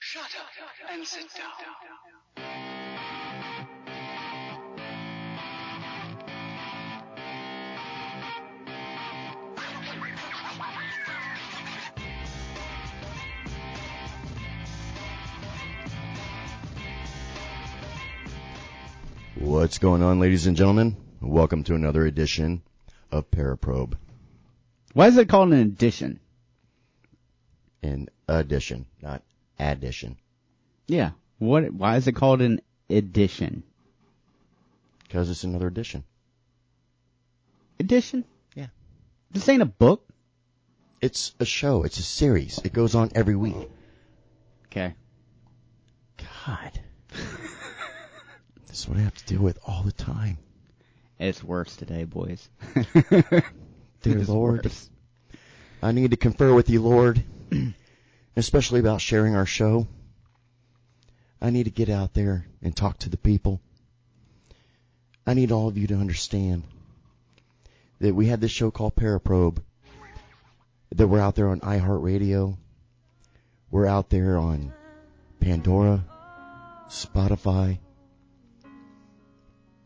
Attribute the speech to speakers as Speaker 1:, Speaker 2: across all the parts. Speaker 1: Shut up and sit down.
Speaker 2: What's going on, ladies and gentlemen? Welcome to another edition of Paraprobe.
Speaker 3: Why is it called an addition?
Speaker 2: An addition, not addition,
Speaker 3: Yeah. What? Why is it called an addition?
Speaker 2: because it's another edition.
Speaker 3: Addition?
Speaker 2: Yeah.
Speaker 3: This ain't a book.
Speaker 2: It's a show. It's a series. It goes on every week.
Speaker 3: Okay.
Speaker 2: God, this is what I have to deal with all the time.
Speaker 3: It's worse today, boys.
Speaker 2: Dear
Speaker 3: It's
Speaker 2: Lord,
Speaker 3: worse.
Speaker 2: I need to confer with you, Lord, especially about sharing our show. I need to get out there and talk to the people. I need all of you to understand that we had this show called Paraprobe, that we're out there on iHeartRadio, we're out there on Pandora, Spotify,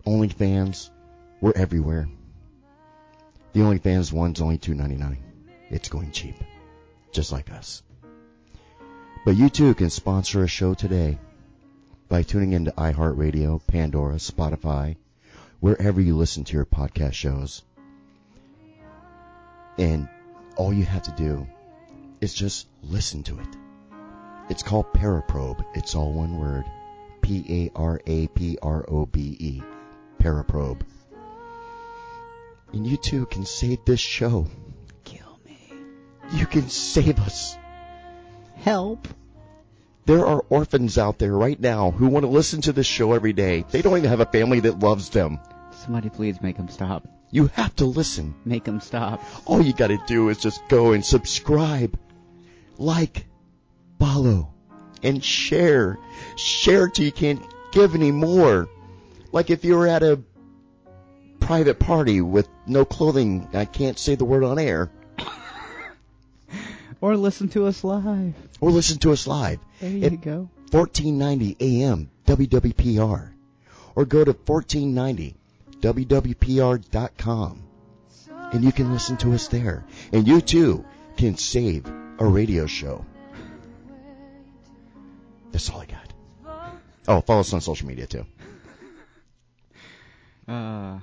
Speaker 2: OnlyFans, we're everywhere. The OnlyFans one's only two ninety nine. It's going cheap, just like us. But you too can sponsor a show today by tuning into iHeartRadio, Pandora, Spotify, wherever you listen to your podcast shows. And all you have to do is just listen to it. It's called Paraprobe. It's all one word. P-A-R-A-P-R-O-B-E. E. Paraprobe. And you too can save this show.
Speaker 3: Kill me.
Speaker 2: You can save us.
Speaker 3: Help.
Speaker 2: There are orphans out there right now who want to listen to this show every day. They don't even have a family that loves them.
Speaker 3: Somebody please make him stop.
Speaker 2: You have to listen.
Speaker 3: Make him stop.
Speaker 2: All you got to do is just go and subscribe, like, follow, and share. Share till you can't give any more. Like if you were at a private party with no clothing, I can't say the word on air,
Speaker 3: Or listen to us live.
Speaker 2: or listen to us live.
Speaker 3: There you
Speaker 2: If-
Speaker 3: go.
Speaker 2: 1490 AM WWPR or go to 1490WWPR.com and you can listen to us there. And you too can save a radio show. That's all I got. Oh, follow us on social media too.
Speaker 3: Uh,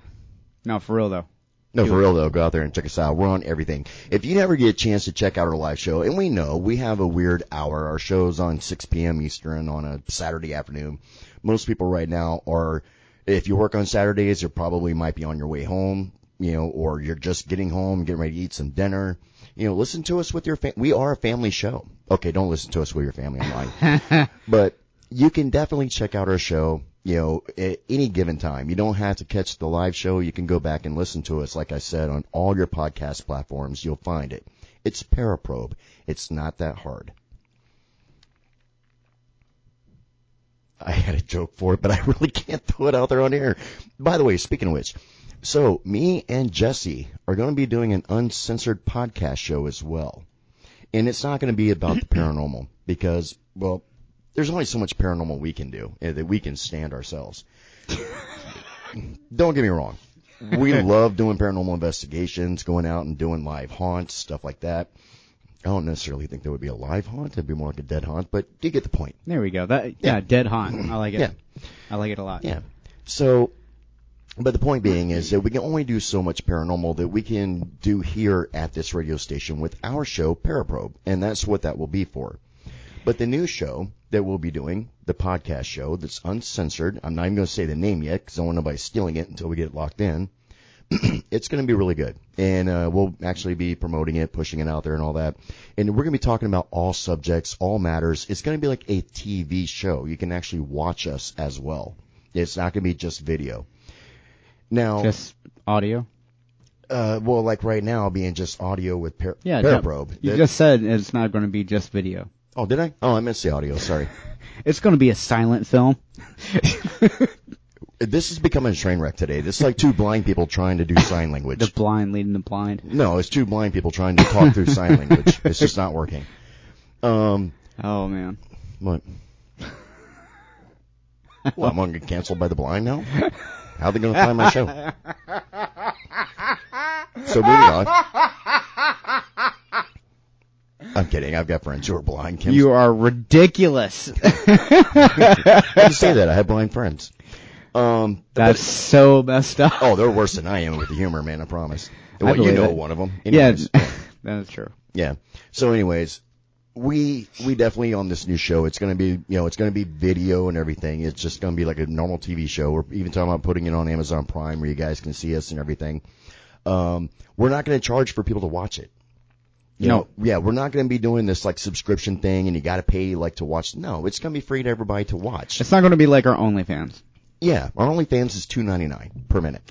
Speaker 3: no, for real though.
Speaker 2: No,
Speaker 3: Do
Speaker 2: for
Speaker 3: it.
Speaker 2: real though, go out there and check us out. We're on everything. If you never get a chance to check out our live show, and we know we have a weird hour. Our show's on 6 p.m. Eastern on a Saturday afternoon. Most people right now are, if you work on Saturdays, you probably might be on your way home, you know, or you're just getting home, getting ready to eat some dinner. You know, listen to us with your fam- we are a family show. Okay, don't listen to us with your family. I'm lying but you can definitely check out our show, you know, at any given time. You don't have to catch the live show. You can go back and listen to us, like I said, on all your podcast platforms. You'll find it. It's Paraprobe. It's not that hard. I had a joke for it, but I really can't throw it out there on air. By the way, speaking of which, so me and Jesse are going to be doing an uncensored podcast show as well. And it's not going to be about the paranormal because, well, there's only so much paranormal we can do eh, that we can stand ourselves. Don't get me wrong. We love doing paranormal investigations, going out and doing live haunts, stuff like that. I don't necessarily think there would be a live haunt. It'd be more like a dead haunt, but you get the point.
Speaker 3: There we go. That yeah, dead haunt. I like it.
Speaker 2: Yeah.
Speaker 3: I like it a lot.
Speaker 2: Yeah. So, but the point being is that we can only do so much paranormal that we can do here at this radio station with our show, Paraprobe. And that's what that will be for. But the new show that we'll be doing, the podcast show that's uncensored, I'm not even going to say the name yet because I don't want nobody stealing it until we get it locked in. it's going to be really good. And uh, we'll actually be promoting it, pushing it out there and all that. And we're going to be talking about all subjects, all matters. It's going to be like a TV show. You can actually watch us as well. It's not going to be just video. Now,
Speaker 3: Just audio.
Speaker 2: uh, well, like right now, being just audio with par-
Speaker 3: Yeah. no,
Speaker 2: Paraprobe.
Speaker 3: You
Speaker 2: That-
Speaker 3: just said it's not going to be just video.
Speaker 2: oh, did I? Oh, I meant to say audio. Sorry.
Speaker 3: It's going to be a silent film.
Speaker 2: This is becoming a train wreck today. This is like two blind people trying to do sign language.
Speaker 3: The blind leading the blind.
Speaker 2: no, it's two blind people trying to talk through sign language. It's just not working. Um,
Speaker 3: Oh man.
Speaker 2: What? Well, I'm going to get canceled by the blind now? How are they going to find my show? So moving on. I'm kidding. I've got friends who are blind. Kim's
Speaker 3: You are ridiculous.
Speaker 2: I just say that. I have blind friends. Um,
Speaker 3: That's so messed up.
Speaker 2: oh, they're worse than I am with the humor, man. I promise.
Speaker 3: I
Speaker 2: Well, you
Speaker 3: believe
Speaker 2: know
Speaker 3: it.
Speaker 2: one of them.
Speaker 3: yeah,
Speaker 2: Anyways,
Speaker 3: that is true.
Speaker 2: yeah. So, anyways, we we definitely on this new show. It's gonna be you know it's gonna be video and everything. It's just gonna be like a normal TV show. We're even talking about putting it on Amazon Prime where you guys can see us and everything. Um, we're not gonna charge for people to watch it. You
Speaker 3: No.
Speaker 2: know, yeah, we're not going to be doing this like subscription thing and you got to pay like to watch. No, it's going to be free to everybody to watch.
Speaker 3: It's not going to be like our OnlyFans.
Speaker 2: Yeah, our OnlyFans is two ninety nine per minute.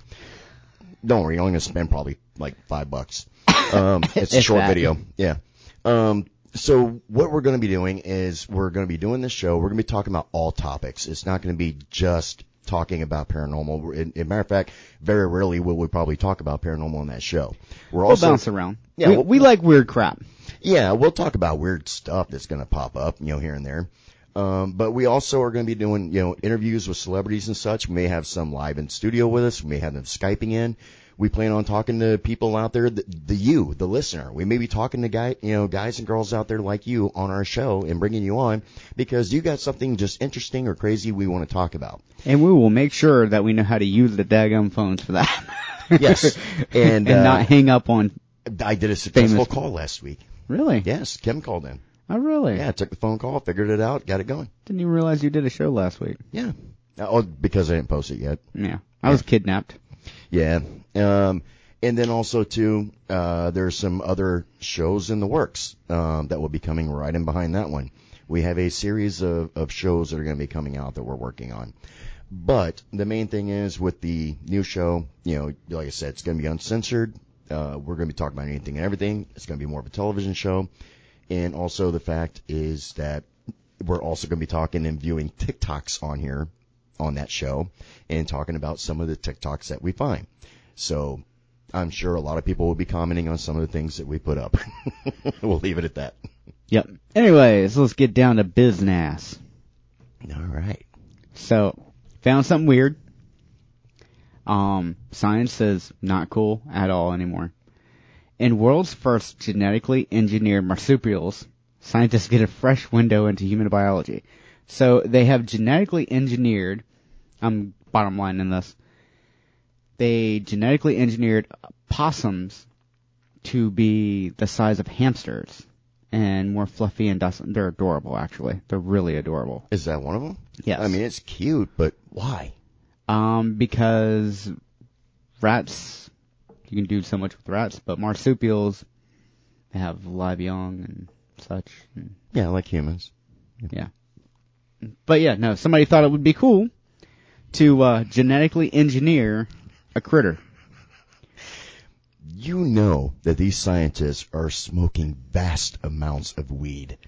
Speaker 2: Don't worry, you're only gonna spend probably like five bucks. Um, it's a
Speaker 3: If
Speaker 2: short
Speaker 3: that.
Speaker 2: video. Yeah. Um, so what we're gonna be doing is we're gonna be doing this show. We're gonna be talking about all topics. It's not gonna be just talking about paranormal. We're- In, in matter of fact, very rarely will we probably talk about paranormal in that show. We're
Speaker 3: We'll
Speaker 2: also
Speaker 3: bounce around.
Speaker 2: Yeah,
Speaker 3: we,
Speaker 2: well-
Speaker 3: we like weird crap.
Speaker 2: yeah, we'll talk about weird stuff that's going to pop up, you know, here and there. Um, but we also are going to be doing, you know, interviews with celebrities and such. We may have some live in studio with us. We may have them Skyping in. We plan on talking to people out there, the, the you, the listener. We may be talking to guy, you know, guys and girls out there like you on our show and bringing you on because you got something just interesting or crazy we want to talk about.
Speaker 3: And we will make sure that we know how to use the daggum phones for that.
Speaker 2: Yes. And,
Speaker 3: and
Speaker 2: uh,
Speaker 3: not hang up on.
Speaker 2: I did a successful
Speaker 3: Famous-
Speaker 2: call last week.
Speaker 3: Really?
Speaker 2: Yes, Kim called in.
Speaker 3: Oh, really?
Speaker 2: Yeah, took the phone call, figured it out, got it going.
Speaker 3: Didn't even realize you did a show last week.
Speaker 2: Yeah. Oh, because I didn't post it yet.
Speaker 3: Yeah. I was kidnapped.
Speaker 2: Yeah. Um, and then also too, uh, there's some other shows in the works, um, that will be coming right in behind that one. We have a series of, of shows that are going to be coming out that we're working on. But the main thing is with the new show, you know, like I said, it's going to be uncensored. Uh, we're going to be talking about anything and everything. It's going to be more of a television show. And also the fact is that we're also going to be talking and viewing TikToks on here on that show and talking about some of the TikToks that we find. So I'm sure a lot of people will be commenting on some of the things that we put up. we'll leave it at that.
Speaker 3: Yep. Anyways, let's get down to business.
Speaker 2: All right.
Speaker 3: So, found something weird. Um, science is not cool at all anymore. In world's first genetically engineered marsupials, scientists get a fresh window into human biology. So they have genetically engineered, I'm bottom line in this, they genetically engineered possums to be the size of hamsters and more fluffy and dust. They're adorable, actually. They're really adorable.
Speaker 2: Is that one of them?
Speaker 3: Yes.
Speaker 2: I mean, it's cute, but why?
Speaker 3: Um, because rats, you can do so much with rats, but marsupials, they have live young and such. and-
Speaker 2: Yeah, like humans.
Speaker 3: yeah. But yeah, no, somebody thought it would be cool to, uh, genetically engineer a critter.
Speaker 2: You know that these scientists are smoking vast amounts of weed.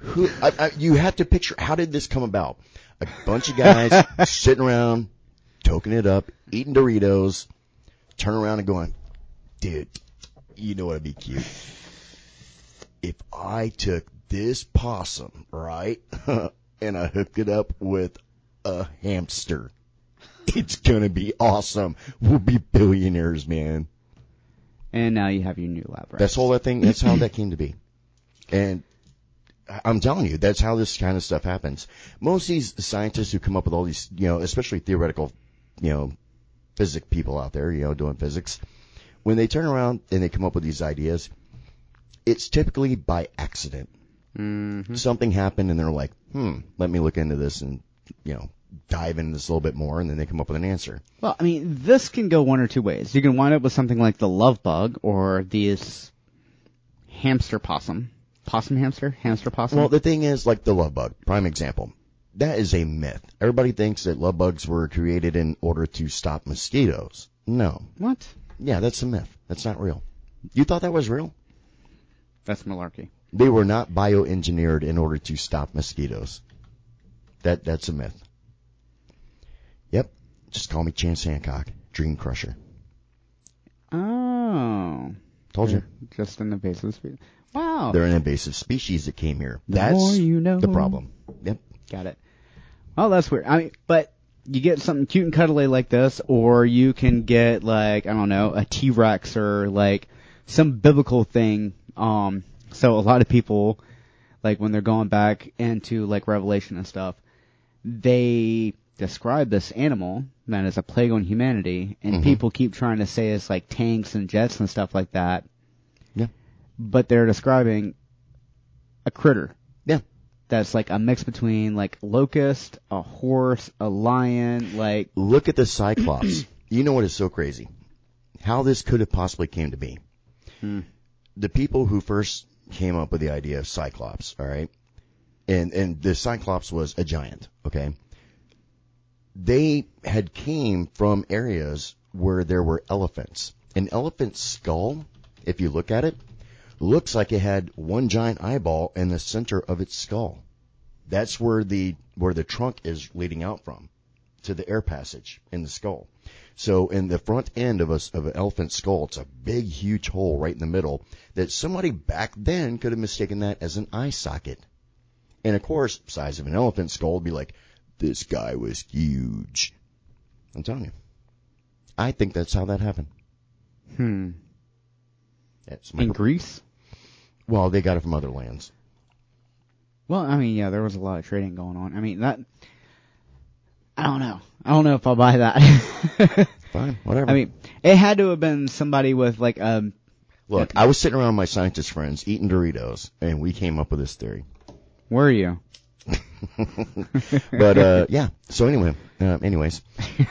Speaker 2: Who, I, I, you have to picture, how did this come about? A bunch of guys sitting around, toking it up, eating Doritos, turn around and going, dude, you know what'd be cute? If I took this possum, right, and I hooked it up with a hamster, it's gonna be awesome. We'll be billionaires, man.
Speaker 3: And now you have your new lab rat.
Speaker 2: That's all that thing. That's how that came to be. And I- I'm telling you, that's how this kind of stuff happens. Most of these scientists who come up with all these, you know, especially theoretical, you know, physic people out there, you know, doing physics, when they turn around and they come up with these ideas, it's typically by accident.
Speaker 3: Mm-hmm.
Speaker 2: Something happened and they're like, hmm, let me look into this and, you know, dive into this a little bit more. And then they come up with an answer.
Speaker 3: Well, I mean, this can go one or two ways. You can wind up with something like the love bug or this hamster possum. Possum hamster? Hamster possum?
Speaker 2: Well, the thing is, like the love bug, prime example. That is a myth. Everybody thinks that love bugs were created in order to stop mosquitoes. No.
Speaker 3: what?
Speaker 2: Yeah, that's a myth. That's not real. You thought that was real?
Speaker 3: That's malarkey.
Speaker 2: They were not bioengineered in order to stop mosquitoes. That that's a myth. Yep. Just call me Chance Hancock, Dream Crusher.
Speaker 3: Oh.
Speaker 2: Told you.
Speaker 3: Just in the basis. Wow, Wow.
Speaker 2: They're an invasive species that came here.
Speaker 3: The
Speaker 2: That's
Speaker 3: more you know.
Speaker 2: the problem. Yep.
Speaker 3: Got it. Oh, that's weird. I mean, but you get something cute and cuddly like this, or you can get like I don't know a T Rex or like some biblical thing. Um, so a lot of people, like when they're going back into like Revelation and stuff, they describe this animal that is a plague on humanity, and people keep trying to say it's like tanks and jets and stuff like that.
Speaker 2: Yeah.
Speaker 3: But they're describing a critter
Speaker 2: Yeah.
Speaker 3: that's like a mix between like locust, a horse, a lion, like
Speaker 2: Look at the Cyclops. you know what is so crazy? How this could have possibly came to be. The people who first came up with the idea of Cyclops, all right, and and the Cyclops was a giant, okay. They had came from areas where there were elephants. An elephant's skull, if you look at it, looks like it had one giant eyeball in the center of its skull. That's where the where the trunk is leading out from to the air passage in the skull. So in the front end of a, of an elephant skull, it's a big, huge hole right in the middle that somebody back then could have mistaken that as an eye socket. And of course, size of an elephant skull would be like, this guy was huge. I'm telling you. I think that's how that happened.
Speaker 3: hmm.
Speaker 2: That's my,
Speaker 3: In Greece?
Speaker 2: well, they got it from other lands.
Speaker 3: Well, I mean, yeah, there was a lot of trading going on. I mean, that I don't know. I don't know if I'll buy that.
Speaker 2: Fine, whatever.
Speaker 3: I mean, it had to have been somebody with like um
Speaker 2: look, I was sitting around with my scientist friends eating Doritos, and we came up with this theory.
Speaker 3: where are you?
Speaker 2: But uh, yeah. So anyway, um, anyways,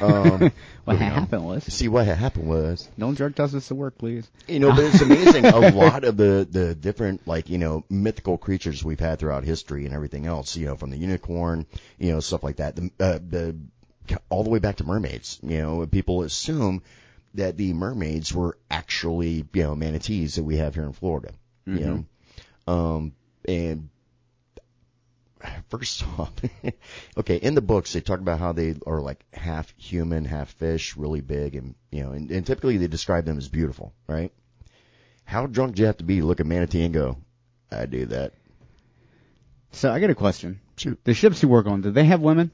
Speaker 2: um,
Speaker 3: What
Speaker 2: moving on.
Speaker 3: happened was
Speaker 2: See what had happened was,
Speaker 3: don't jerk does this to work, please.
Speaker 2: you know, but it's amazing. a lot of the the different like you know mythical creatures we've had throughout history and everything else, you know, from the unicorn, you know, stuff like that, the uh, the all the way back to mermaids. You know, people assume that the mermaids were actually you know manatees that we have here in Florida. You know, um, and first off, okay, in the books they talk about how they are like half human, half fish, really big, and you know, and, and typically they describe them as beautiful, right? How drunk do you have to be to look at manatee and go, I do that?
Speaker 3: So I got a question.
Speaker 2: Shoot.
Speaker 3: The ships you work on, did they have women?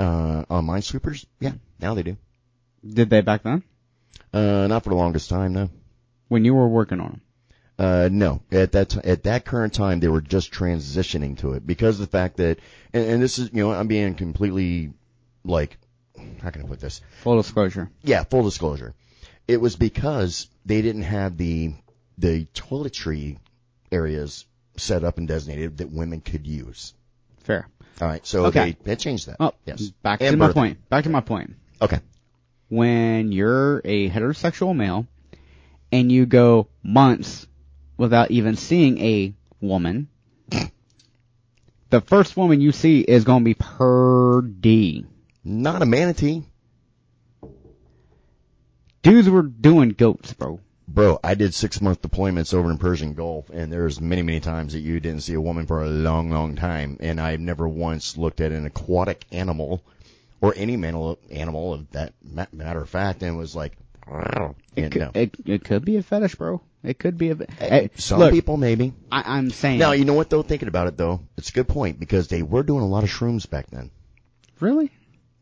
Speaker 2: Uh, on minesweepers? Yeah, now they do.
Speaker 3: Did they back then?
Speaker 2: Uh, not for the longest time, no.
Speaker 3: When you were working on them?
Speaker 2: Uh, no, at that t- at that current time, they were just transitioning to it because of the fact that, and, and this is, you know, I'm being completely, like, how can I put this?
Speaker 3: Full disclosure.
Speaker 2: Yeah, full disclosure. It was because they didn't have the the toiletry areas set up and designated that women could use.
Speaker 3: Fair.
Speaker 2: All right, so
Speaker 3: Okay.
Speaker 2: they, they changed that.
Speaker 3: Oh,
Speaker 2: yes.
Speaker 3: Back
Speaker 2: And
Speaker 3: to my
Speaker 2: birthing.
Speaker 3: point. Back to my point.
Speaker 2: Okay.
Speaker 3: When you're a heterosexual male and you go months without even seeing a woman, the first woman you see is going to be purdy.
Speaker 2: Not a manatee,
Speaker 3: Dudes were doing goats, bro.
Speaker 2: bro. I did six month deployments over in Persian Gulf, and there's many many times that you didn't see a woman for a long long time, and I've never once looked at an aquatic animal or any animal animal of that ma- matter of fact, and was like, and
Speaker 3: Could-
Speaker 2: no.
Speaker 3: It, it could be a fetish, bro. It could be a. eh,
Speaker 2: Some
Speaker 3: look,
Speaker 2: people maybe.
Speaker 3: I, I'm saying.
Speaker 2: Now you know what though. Thinking about it though, it's a good point because they were doing a lot of shrooms back then.
Speaker 3: really?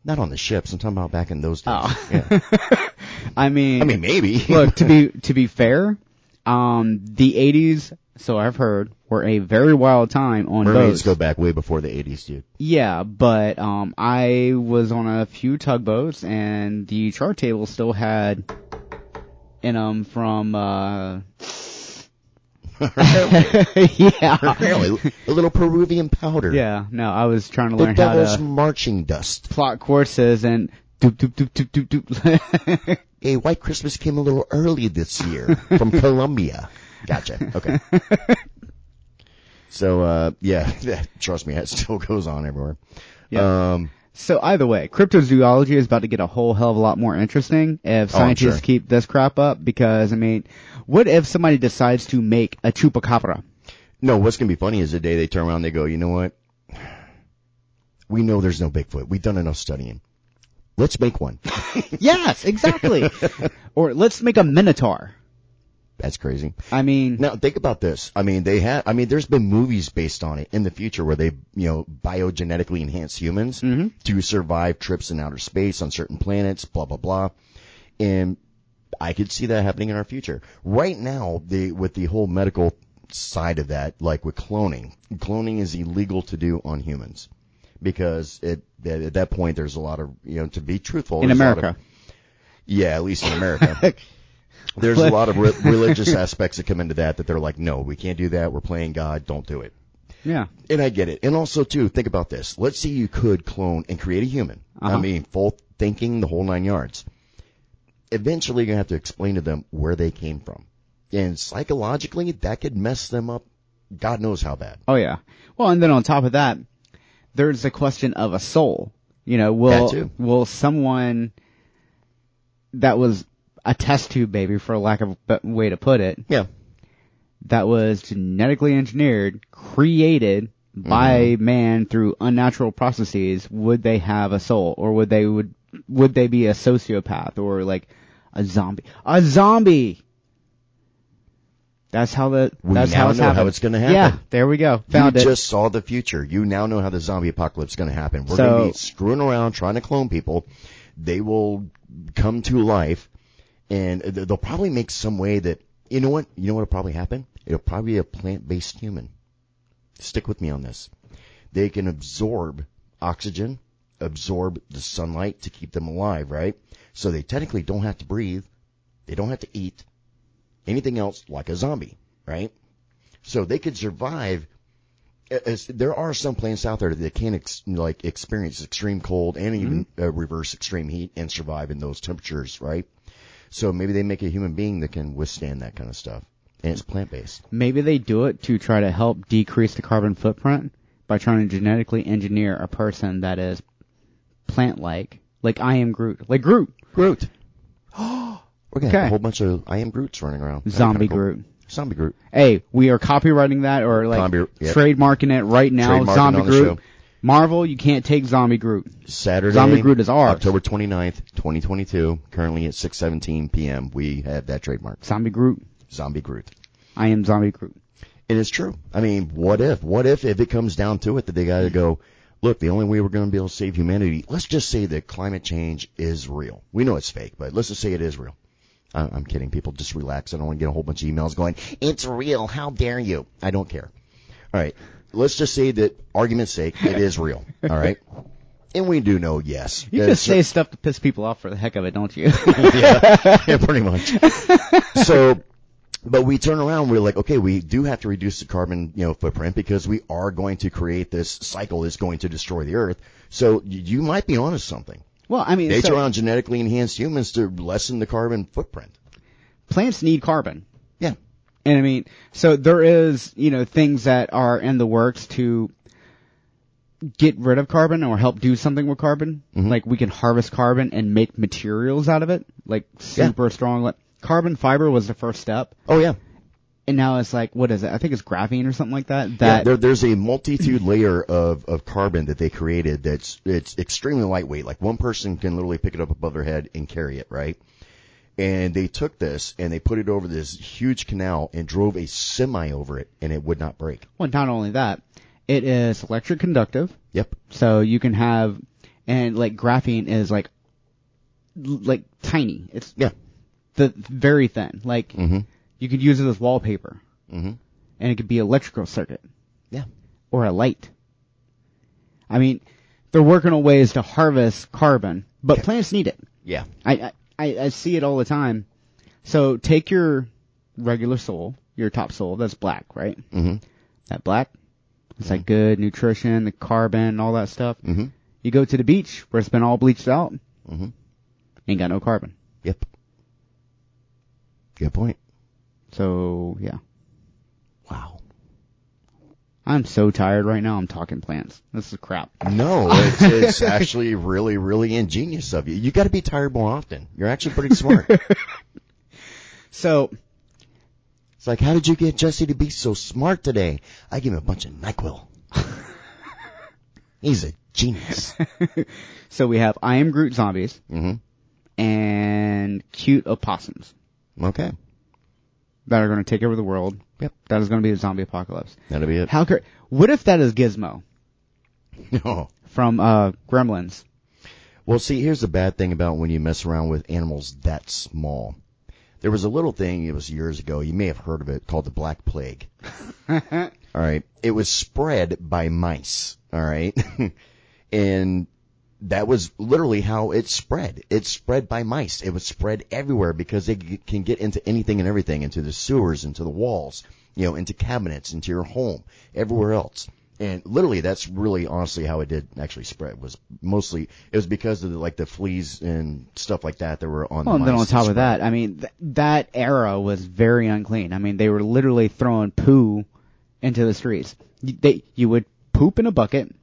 Speaker 2: Not on the ships. I'm talking about back in those days.
Speaker 3: Oh.
Speaker 2: Yeah.
Speaker 3: I mean,
Speaker 2: I mean, maybe.
Speaker 3: look to be to be fair, um, the '80s, so I've heard, were a very wild time on
Speaker 2: mermaids
Speaker 3: boats.
Speaker 2: go back way before the 80s, dude.
Speaker 3: Yeah, but um, I was on a few tugboats, and the chart table still had in them from. Uh, yeah,
Speaker 2: Apparently, a little Peruvian powder.
Speaker 3: yeah. No, I was trying to
Speaker 2: The
Speaker 3: learn how
Speaker 2: devil's
Speaker 3: to
Speaker 2: marching dust.
Speaker 3: plot courses and doop doop doop doop doop doop.
Speaker 2: Hey, White Christmas came a little early this year from Colombia. Gotcha. Okay. so, uh, yeah, trust me, that still goes on everywhere.
Speaker 3: Yeah.
Speaker 2: Um,
Speaker 3: So either way, cryptozoology is about to get a whole hell of a lot more interesting if
Speaker 2: Oh, I'm
Speaker 3: scientists
Speaker 2: sure.
Speaker 3: keep this crap up because I mean, what if somebody decides to make a chupacabra?
Speaker 2: No, what's gonna be funny is the day they turn around, and they go, you know what? We know there's no Bigfoot. We've done enough studying. Let's make one.
Speaker 3: yes, exactly. or let's make a minotaur.
Speaker 2: That's crazy.
Speaker 3: I mean,
Speaker 2: Now think about this. I mean, they have. I mean, there's been movies based on it in the future where they, you know, biogenetically enhance humans
Speaker 3: Mm-hmm.
Speaker 2: to survive trips in outer space on certain planets. Blah blah blah. And I could see that happening in our future. Right now, the with the whole medical side of that, like with cloning, cloning is illegal to do on humans because it, that- at that point there's a lot of you know to be truthful
Speaker 3: in
Speaker 2: there's a lot
Speaker 3: America.
Speaker 2: of- yeah, at least in America. There's a lot of re- religious aspects that come into that that they're like, no, we can't do that. We're playing God. Don't do it.
Speaker 3: yeah.
Speaker 2: And I get it. And also too, think about this. Let's say you could clone and create a human. I
Speaker 3: Uh-huh.
Speaker 2: mean, full thinking, the whole nine yards. Eventually you're going to have to explain to them where they came from. And psychologically, that could mess them up. God knows how bad.
Speaker 3: Oh yeah. Well, and then on top of that, there's the question of a soul. You know,
Speaker 2: That too.
Speaker 3: will will someone that was a test tube baby, for lack of a be- way to put it,
Speaker 2: Yeah.
Speaker 3: that was genetically engineered, created
Speaker 2: Mm-hmm.
Speaker 3: by man through unnatural processes, would they have a soul, or would they would would they be a sociopath or like a zombie? A zombie. That's how the
Speaker 2: We
Speaker 3: that's
Speaker 2: now
Speaker 3: how it's
Speaker 2: know how
Speaker 3: happened.
Speaker 2: it's gonna
Speaker 3: Yeah,
Speaker 2: happen.
Speaker 3: there we go. Found
Speaker 2: you
Speaker 3: it.
Speaker 2: just saw the future. You now know how the zombie apocalypse is going to happen. We're
Speaker 3: So-
Speaker 2: going to be screwing around trying to clone people. They will come to life, and th- they'll probably make some way that you know what you know what'll probably happen. It'll probably be a plant-based human. Stick with me on this. They can absorb oxygen, absorb the sunlight to keep them alive, right? So they technically don't have to breathe. They don't have to eat anything else like a zombie, right? So they could survive as, there are some plants out there that can ex, like experience extreme cold and even
Speaker 3: Mm-hmm.
Speaker 2: uh, reverse extreme heat and survive in those temperatures, right? So maybe they make a human being that can withstand that kind of stuff, and it's plant based.
Speaker 3: Maybe they do it to try to help decrease the carbon footprint by trying to genetically engineer a person that is plant-like, like I am Groot, like Groot,
Speaker 2: Groot. We're gonna have a
Speaker 3: Okay.
Speaker 2: whole bunch of I am Groots running around. That'd be
Speaker 3: zombie
Speaker 2: kinda cool.
Speaker 3: Groot.
Speaker 2: Zombie Groot.
Speaker 3: Hey, we are copywriting that or like
Speaker 2: Zombie- yep.
Speaker 3: trademarking it right now.
Speaker 2: Trademark it
Speaker 3: Zombie
Speaker 2: on the
Speaker 3: Groot.
Speaker 2: show.
Speaker 3: Marvel, you can't take Zombie Groot.
Speaker 2: Saturday.
Speaker 3: Zombie Groot is ours.
Speaker 2: October 29th, 2022. Currently at 6:17 p.m. We have that trademark.
Speaker 3: Zombie Groot.
Speaker 2: Zombie Groot.
Speaker 3: I am Zombie Groot.
Speaker 2: It is true. I mean, what if? What if if it comes down to it that they got to go, look, the only way we're going to be able to save humanity, let's just say that climate change is real. We know it's fake, but let's just say it is real. I, I'm kidding, people. Just relax. I don't want to get a whole bunch of emails going, it's real. How dare you? I don't care. All right. Let's just say that, argument's sake, it is real. All right. And we do know, yes.
Speaker 3: You
Speaker 2: It's-
Speaker 3: just say stuff to piss people off for the heck of it, don't you?
Speaker 2: yeah, pretty much. so, but we turn around, we're like, okay, we do have to reduce the carbon, you know, footprint because we are going to create this cycle that's going to destroy the earth. So y- you might be onto something.
Speaker 3: well, I mean,
Speaker 2: They
Speaker 3: so
Speaker 2: turn around genetically enhanced humans to lessen the carbon footprint.
Speaker 3: plants need carbon.
Speaker 2: Yeah.
Speaker 3: And I mean, so there is, you know, things that are in the works to get rid of carbon or help do something with carbon.
Speaker 2: Mm-hmm.
Speaker 3: Like we can harvest carbon and make materials out of it, like super strong. Like carbon fiber was the first step,
Speaker 2: Oh yeah.
Speaker 3: and now it's like what is it? I think it's graphene or something like that.
Speaker 2: Yeah,
Speaker 3: That
Speaker 2: there, there's a multitude layer of, of carbon that they created that's it's extremely lightweight. Like one person can literally pick it up above their head and carry it, right? And they took this and they put it over this huge canal and drove a semi over it and it would not break.
Speaker 3: well, not only that, it is electric conductive,
Speaker 2: Yep.
Speaker 3: so you can have, and like graphene is like, l- like tiny. It's
Speaker 2: Yeah.
Speaker 3: the very thin. Like
Speaker 2: Mm-hmm.
Speaker 3: you could use it as wallpaper,
Speaker 2: hmm
Speaker 3: and it could be electrical circuit
Speaker 2: Yeah.
Speaker 3: or a light. I mean, they're working on ways to harvest carbon, but plants need it.
Speaker 2: Yeah.
Speaker 3: I, I- I I see it all the time. So take your regular soil, your top soil that's black, right?
Speaker 2: hmm
Speaker 3: That black, it's like good nutrition, the carbon, all that stuff.
Speaker 2: hmm
Speaker 3: You go to the beach where it's been all bleached out,
Speaker 2: hmm
Speaker 3: ain't got no carbon.
Speaker 2: Yep. Good point.
Speaker 3: So yeah.
Speaker 2: Wow.
Speaker 3: I'm so tired right now. I'm talking plants. This is crap.
Speaker 2: No, it's, it's actually really, really ingenious of you. You got to be tired more often. You're actually pretty smart.
Speaker 3: So
Speaker 2: It's like, how did you get Jesse to be so smart today? I gave him a bunch of NyQuil. He's a genius.
Speaker 3: so we have I am Groot zombies
Speaker 2: hmm
Speaker 3: and cute opossums.
Speaker 2: Okay.
Speaker 3: that are going to take over the world.
Speaker 2: Yep.
Speaker 3: That is going to be the zombie apocalypse.
Speaker 2: That'll be it.
Speaker 3: How cra What if that is Gizmo
Speaker 2: Oh.
Speaker 3: from uh, Gremlins?
Speaker 2: Well, see, here's the bad thing about when you mess around with animals that small. There was a little thing, it was years ago, you may have heard of it, called the Black Plague. all right. It was spread by mice. All right. and that was literally how it spread. It spread by mice. It was spread everywhere because they g- can get into anything and everything, into the sewers, into the walls, you know, into cabinets, into your home, everywhere else. And literally, that's really honestly how it did actually spread. Was mostly it was because of the, like the fleas and stuff like that that were on.
Speaker 3: Well,
Speaker 2: the
Speaker 3: and then
Speaker 2: mice
Speaker 3: on
Speaker 2: that
Speaker 3: top of
Speaker 2: spread.
Speaker 3: that, I mean, th- that era was very unclean. I mean, they were literally throwing poo into the streets. You, they, you would poop in a bucket,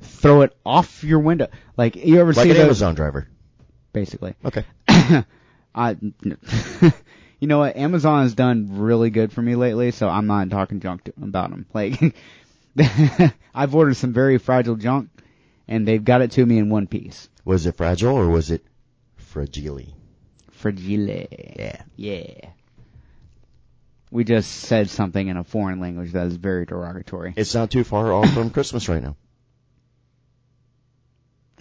Speaker 3: throw it off your window. Like, you ever
Speaker 2: Mm-hmm. like
Speaker 3: see
Speaker 2: an
Speaker 3: those?
Speaker 2: Amazon driver.
Speaker 3: Basically.
Speaker 2: Okay.
Speaker 3: I, you know what? Amazon has done really good for me lately, so I'm not talking junk to, about them. Like, I've ordered some very fragile junk, and they've got it to me in one piece.
Speaker 2: Was it fragile or was it fragile?
Speaker 3: Fragile.
Speaker 2: Yeah.
Speaker 3: Yeah. We just said something in a foreign language that is very derogatory.
Speaker 2: It's not too far off from Christmas right now.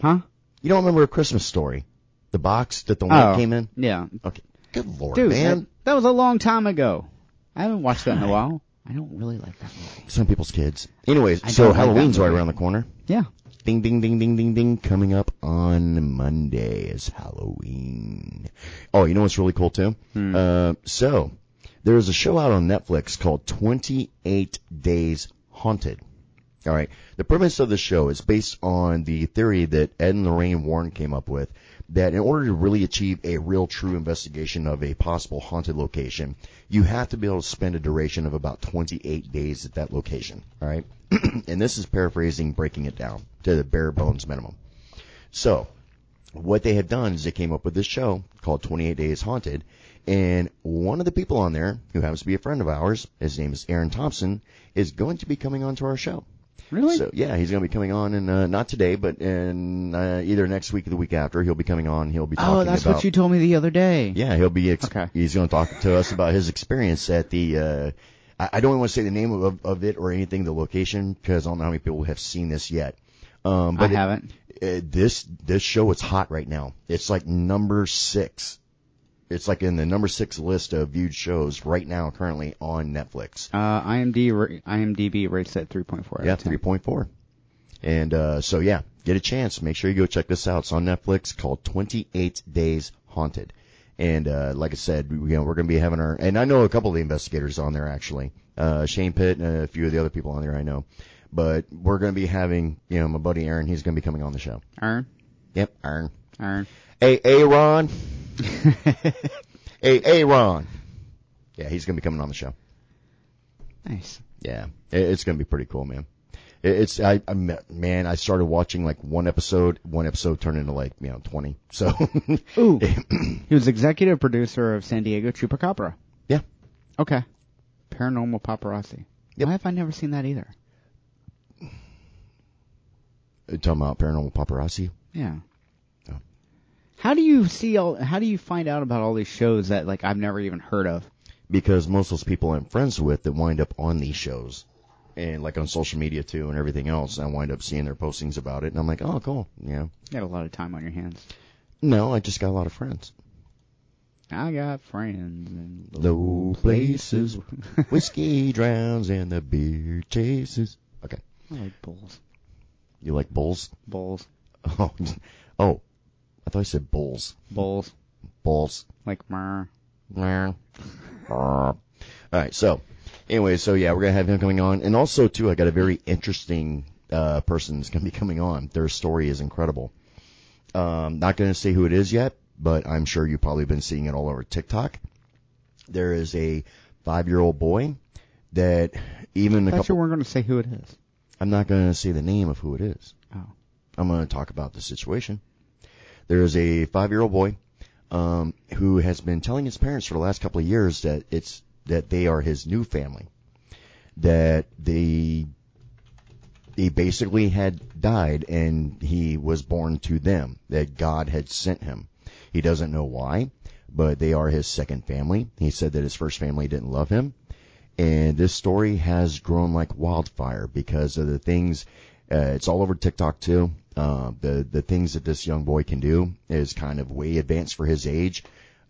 Speaker 3: Huh?
Speaker 2: You don't remember a Christmas story? The box that the one came in?
Speaker 3: Yeah.
Speaker 2: Okay. Good lord,
Speaker 3: Oh. Dude,
Speaker 2: man.
Speaker 3: that, that was a long time ago. I haven't watched that in a while. I don't really like that movie.
Speaker 2: Some people's kids. Anyways,
Speaker 3: I
Speaker 2: so
Speaker 3: don't like
Speaker 2: Halloween's
Speaker 3: that
Speaker 2: right
Speaker 3: movie.
Speaker 2: around the corner.
Speaker 3: Yeah.
Speaker 2: Ding, ding, ding, ding, ding, ding. Coming up on Monday is Halloween. Oh, you know what's really cool too?
Speaker 3: Hmm.
Speaker 2: Uh, so there's a show out on Netflix called 28 Days Haunted. All right. The premise of the show is based on the theory that Ed and Lorraine Warren came up with that in order to really achieve a real true investigation of a possible haunted location, you have to be able to spend a duration of about 28 days at that location. All right. and this is paraphrasing, breaking it down to the bare bones minimum. So what they had done is they came up with this show called 28 Days Haunted. And one of the people on there, who happens to be a friend of ours, his name is Aaron Thompson, is going to be coming onto our show.
Speaker 3: Really?
Speaker 2: So yeah, he's going to be coming on, and uh, not today, but in uh, either next week or the week after, he'll be coming on. He'll be talking
Speaker 3: oh, that's
Speaker 2: about.
Speaker 3: what you told me the other day.
Speaker 2: yeah, he'll be. Ex-
Speaker 3: Okay.
Speaker 2: He's going to talk to us about his experience at the. Uh, I, I don't want to say the name of, of it or anything, the location, because I don't know how many people have seen this yet. Um,
Speaker 3: I
Speaker 2: but it-
Speaker 3: haven't.
Speaker 2: uh, this this show is hot right now. It's like number six. It's like in the number six list of viewed shows right now, currently on Netflix.
Speaker 3: Uh, IMD, ra- IMDb rates at 3.4 out
Speaker 2: Yeah,
Speaker 3: of 10.
Speaker 2: three point four. And uh, so yeah, get a chance. Make sure you go check this out. It's on Netflix called Twenty Eight Days Haunted. And uh, like I said, we- you know, we're going to be having our and I know a couple of the investigators on there actually, uh, Shane Pitt and a few of the other people on there I know. But we're going to be having you know my buddy Aaron. He's going to be coming on the show.
Speaker 3: Iron?
Speaker 2: Yep, Aaron.
Speaker 3: Iron.
Speaker 2: Hey, hey, Ron. hey, hey, Ron. Yeah, he's going to be coming on the show.
Speaker 3: Nice.
Speaker 2: Yeah, it, it's gonna be pretty cool, man. It, it's I, I man, I started watching like one episode. One episode turned into like you know twenty. So
Speaker 3: Ooh. he was executive producer of San Diego Chupacabra.
Speaker 2: yeah,
Speaker 3: Okay. Paranormal Paparazzi.
Speaker 2: Yep.
Speaker 3: Why have I never seen that either?
Speaker 2: Uh, talking about paranormal paparazzi.
Speaker 3: Yeah.
Speaker 2: Oh.
Speaker 3: How do you see all? How do you find out about all these shows that like I've never even heard of?
Speaker 2: because most of those people I'm friends with that wind up on these shows and like on social media too and everything else, I wind up seeing their postings about it, and I'm like, oh, cool. Yeah,
Speaker 3: You got a lot of time on your hands.
Speaker 2: no, I just got a lot of friends.
Speaker 3: I got friends in
Speaker 2: Low places, whiskey drowns and the beer chases. Okay,
Speaker 3: I like bulls.
Speaker 2: you like bulls?
Speaker 3: Bulls.
Speaker 2: Oh, oh, I thought I said bulls.
Speaker 3: Bulls.
Speaker 2: Bulls.
Speaker 3: Like mer.
Speaker 2: All right. Uh, So, anyway, so yeah, we're gonna have him coming on, and also too, I got a very interesting uh, person that's gonna be coming on. Their story is incredible. Um, not gonna say who it is yet, but I'm sure you've probably been seeing it all over TikTok. There is a five-year-old boy that even a
Speaker 3: I thought you
Speaker 2: couple.
Speaker 3: weren't going to say who it is.
Speaker 2: I'm not gonna say the name of who it is.
Speaker 3: Oh.
Speaker 2: I'm going to talk about the situation. There is a five-year-old boy um, who has been telling his parents for the last couple of years that it's that they are his new family, that they he basically had died and he was born to them, that God had sent him. He doesn't know why, but they are his second family. He said that his first family didn't love him. And this story has grown like wildfire because of the things, uh, it's all over TikTok too. Uh, the, the things that this young boy can do is kind of way advanced for his age.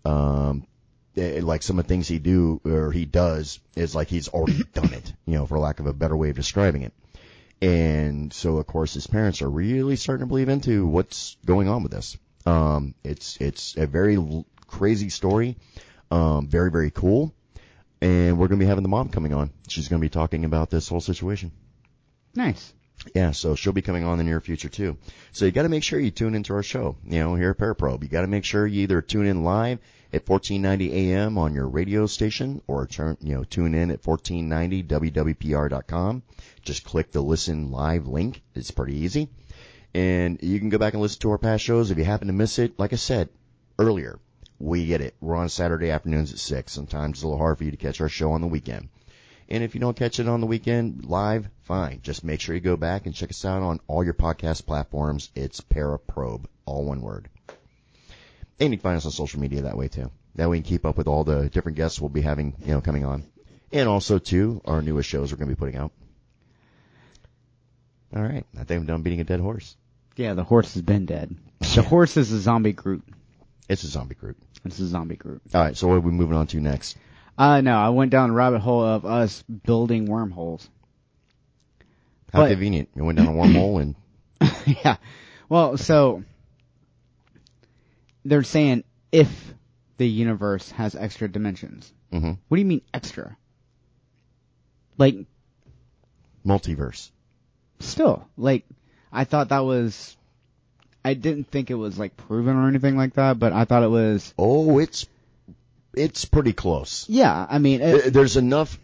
Speaker 2: Um, eh, like some of the things he do or he does is like he's already done it, you know, for lack of a better way of describing it. And so, of course, his parents are really starting to believe into what's going on with this. Um, it's, it's a very l- crazy story. Um, very, very cool. And we're going to be having the mom coming on. She's going to be talking about this whole situation.
Speaker 3: Nice.
Speaker 2: Yeah, so she'll be coming on in the near future too. So you got to make sure you tune into our show. You know, here at Paraprobe, you got to make sure you either tune in live at 1490 AM on your radio station, or turn you know tune in at 1490 wwpr.com. Just click the listen live link. It's pretty easy, and you can go back and listen to our past shows if you happen to miss it. Like I said earlier, we get it. We're on Saturday afternoons at six. Sometimes it's a little hard for you to catch our show on the weekend. And if you don't catch it on the weekend live, fine. Just make sure you go back and check us out on all your podcast platforms. It's Paraprobe, all one word. And you can find us on social media that way too. That way you can keep up with all the different guests we'll be having, you know, coming on. And also too, our newest shows we're going to be putting out. All right. I think I'm done beating a dead horse.
Speaker 3: Yeah, the horse has been dead. The horse is a zombie Groot.
Speaker 2: It's a zombie group.
Speaker 3: It's a zombie Groot.
Speaker 2: All right. So what are we moving on to next?
Speaker 3: Uh, no, I went down the rabbit hole of us building wormholes.
Speaker 2: How
Speaker 3: But-
Speaker 2: convenient. We went down a wormhole and
Speaker 3: yeah. Well, so they're saying if the universe has extra dimensions.
Speaker 2: Mhm.
Speaker 3: What do you mean extra? Like
Speaker 2: multiverse.
Speaker 3: still, like I thought that was I didn't think it was like proven or anything like that, but I thought it was
Speaker 2: Oh, it's, it's pretty close.
Speaker 3: yeah, I mean it,
Speaker 2: Uh, there's enough